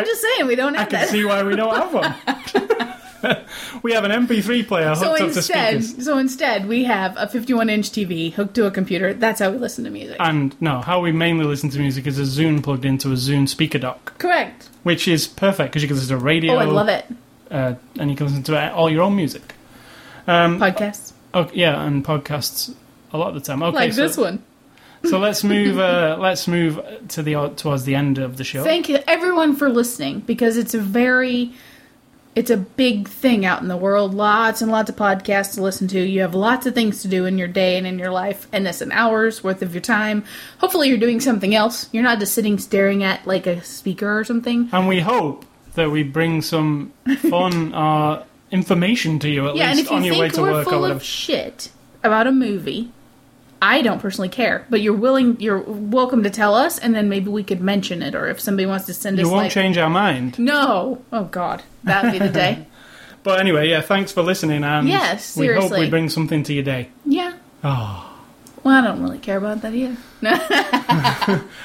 [SPEAKER 2] I'm just saying we don't
[SPEAKER 1] I
[SPEAKER 2] have
[SPEAKER 1] can
[SPEAKER 2] that.
[SPEAKER 1] see why we don't have one. *laughs* we have an MP3 player
[SPEAKER 2] so
[SPEAKER 1] hooked up to
[SPEAKER 2] instead,
[SPEAKER 1] speakers.
[SPEAKER 2] so instead, we have a 51-inch TV hooked to a computer. That's how we listen to music.
[SPEAKER 1] And no, how we mainly listen to music is a Zoom plugged into a Zoom speaker dock,
[SPEAKER 2] Correct.
[SPEAKER 1] which is perfect because you can listen to radio.
[SPEAKER 2] Oh, I love it.
[SPEAKER 1] Uh, and you can listen to all your own music. um,
[SPEAKER 2] Podcasts
[SPEAKER 1] Oh, yeah, and podcasts a lot of the time. Okay,
[SPEAKER 2] like
[SPEAKER 1] so,
[SPEAKER 2] this one.
[SPEAKER 1] so let's move.
[SPEAKER 2] *laughs*
[SPEAKER 1] Uh, let's move to the uh, towards the end of the show.
[SPEAKER 2] Thank you everyone for listening because it's a very it's a big thing out in the world. Lots and lots of podcasts to listen to. You have lots of things to do in your day and in your life, and it's an hour's worth of your time. Hopefully, you're doing something else. You're not just sitting staring at like a speaker or something.
[SPEAKER 1] and we hope that we bring
[SPEAKER 2] *laughs*
[SPEAKER 1] some fun uh, information to you at
[SPEAKER 2] Yeah, and
[SPEAKER 1] least
[SPEAKER 2] if you
[SPEAKER 1] on your way
[SPEAKER 2] think
[SPEAKER 1] to
[SPEAKER 2] we're
[SPEAKER 1] work or
[SPEAKER 2] full
[SPEAKER 1] whatever.
[SPEAKER 2] of shit about a movie, I don't personally care. But you're willing, you're welcome to tell us, and then maybe we could mention it, or if somebody wants to send
[SPEAKER 1] you
[SPEAKER 2] us,
[SPEAKER 1] won't
[SPEAKER 2] like,
[SPEAKER 1] change our mind.
[SPEAKER 2] no, oh god, that'd be
[SPEAKER 1] *laughs*
[SPEAKER 2] the day.
[SPEAKER 1] But anyway, yeah, thanks for listening, and
[SPEAKER 2] Yeah,
[SPEAKER 1] we hope
[SPEAKER 2] seriously.
[SPEAKER 1] we bring something to your day.
[SPEAKER 2] yeah.
[SPEAKER 1] Oh.
[SPEAKER 2] Well, I don't really care about that either.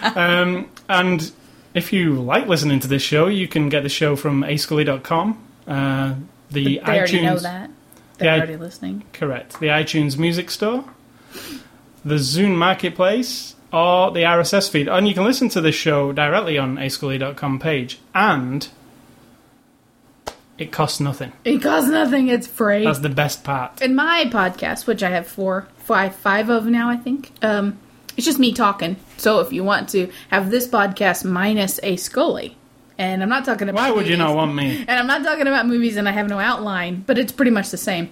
[SPEAKER 1] And if you like listening to this show, you can get the show from ascully.com. Uh, the
[SPEAKER 2] They already
[SPEAKER 1] iTunes,
[SPEAKER 2] know that. They're
[SPEAKER 1] Yeah.
[SPEAKER 2] already listening.
[SPEAKER 1] correct, the iTunes Music Store, the Zune Marketplace, or the RSS feed. And you can listen to this show directly on ascully.com page, and it costs nothing.
[SPEAKER 2] It costs nothing. It's free.
[SPEAKER 1] That's the best part.
[SPEAKER 2] In my podcast, which I have four, five, five of now, I think. Um, it's just me talking. So if you want to have this podcast minus a Scully, and I'm not talking about
[SPEAKER 1] Why would you
[SPEAKER 2] movies,
[SPEAKER 1] not want me?
[SPEAKER 2] And I'm not talking about movies, and I have no outline, but it's pretty much the same.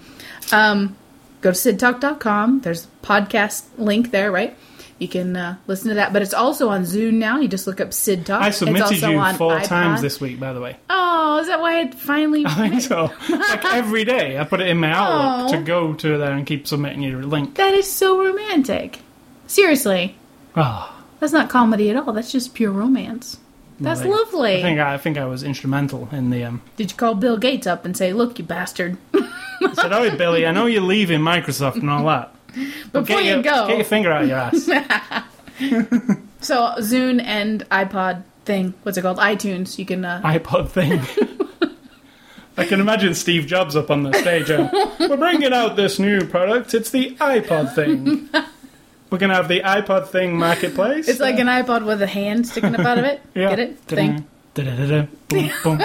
[SPEAKER 2] Um, go to sidtalk.com. There's a podcast link there, right? You can uh, listen to that, but it's also on Zoom now. You just look up Sid Talk.
[SPEAKER 1] I
[SPEAKER 2] It's
[SPEAKER 1] submitted
[SPEAKER 2] also
[SPEAKER 1] you
[SPEAKER 2] on
[SPEAKER 1] four
[SPEAKER 2] iPod.
[SPEAKER 1] times this week, by the way. *laughs*
[SPEAKER 2] Oh, is that why it finally?
[SPEAKER 1] I think so. like every day, I put it in my Outlook
[SPEAKER 2] Aw.
[SPEAKER 1] to go to there and keep submitting your link. *sighs*
[SPEAKER 2] that is so romantic. Seriously,
[SPEAKER 1] Ah.
[SPEAKER 2] that's not comedy at all. That's just pure romance. That's
[SPEAKER 1] Like,
[SPEAKER 2] lovely.
[SPEAKER 1] I think I, I think I was instrumental in the. Um, *laughs*
[SPEAKER 2] Did you call Bill Gates up and say, "Look, you bastard"?
[SPEAKER 1] I said, "Oh, Billy, I know you're leaving Microsoft and all that. but
[SPEAKER 2] Before
[SPEAKER 1] get
[SPEAKER 2] you
[SPEAKER 1] your,
[SPEAKER 2] go."
[SPEAKER 1] get your finger out your ass."
[SPEAKER 2] So Zune and iPod thing. What's it called? iTunes. You can. Uh,
[SPEAKER 1] iPod thing. I can imagine Steve Jobs up on the stage. And, We're bringing out this new product. It's the iPod thing. We're gonna have the iPod thing marketplace.
[SPEAKER 2] it's like an iPod with a hand sticking up out of it.
[SPEAKER 1] *laughs* Yeah.
[SPEAKER 2] Get it? Thing.
[SPEAKER 1] Da-da-da-da. Boom, boom.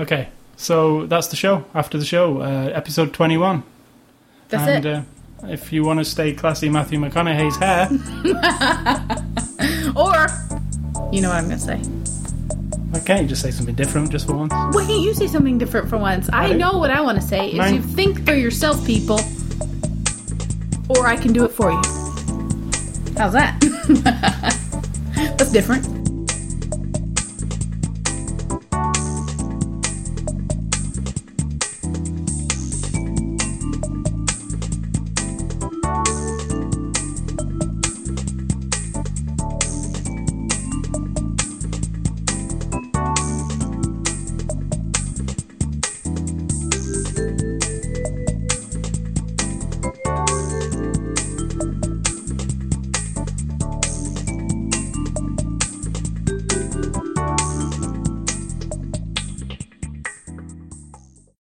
[SPEAKER 1] okay, so that's the show. After the show, uh, episode 21.
[SPEAKER 2] That's
[SPEAKER 1] and
[SPEAKER 2] it.
[SPEAKER 1] Uh, if you want to stay classy, Matthew McConaughey's hair. uh,
[SPEAKER 2] or, you know what I'm gonna say.
[SPEAKER 1] Why can't you just say something different just for once?
[SPEAKER 2] Why can't you say something different for once? I
[SPEAKER 1] Right.
[SPEAKER 2] know what I want to say. Is
[SPEAKER 1] Mine-
[SPEAKER 2] you think for yourself, people, or I can do it for you. How's that? *laughs* That's different.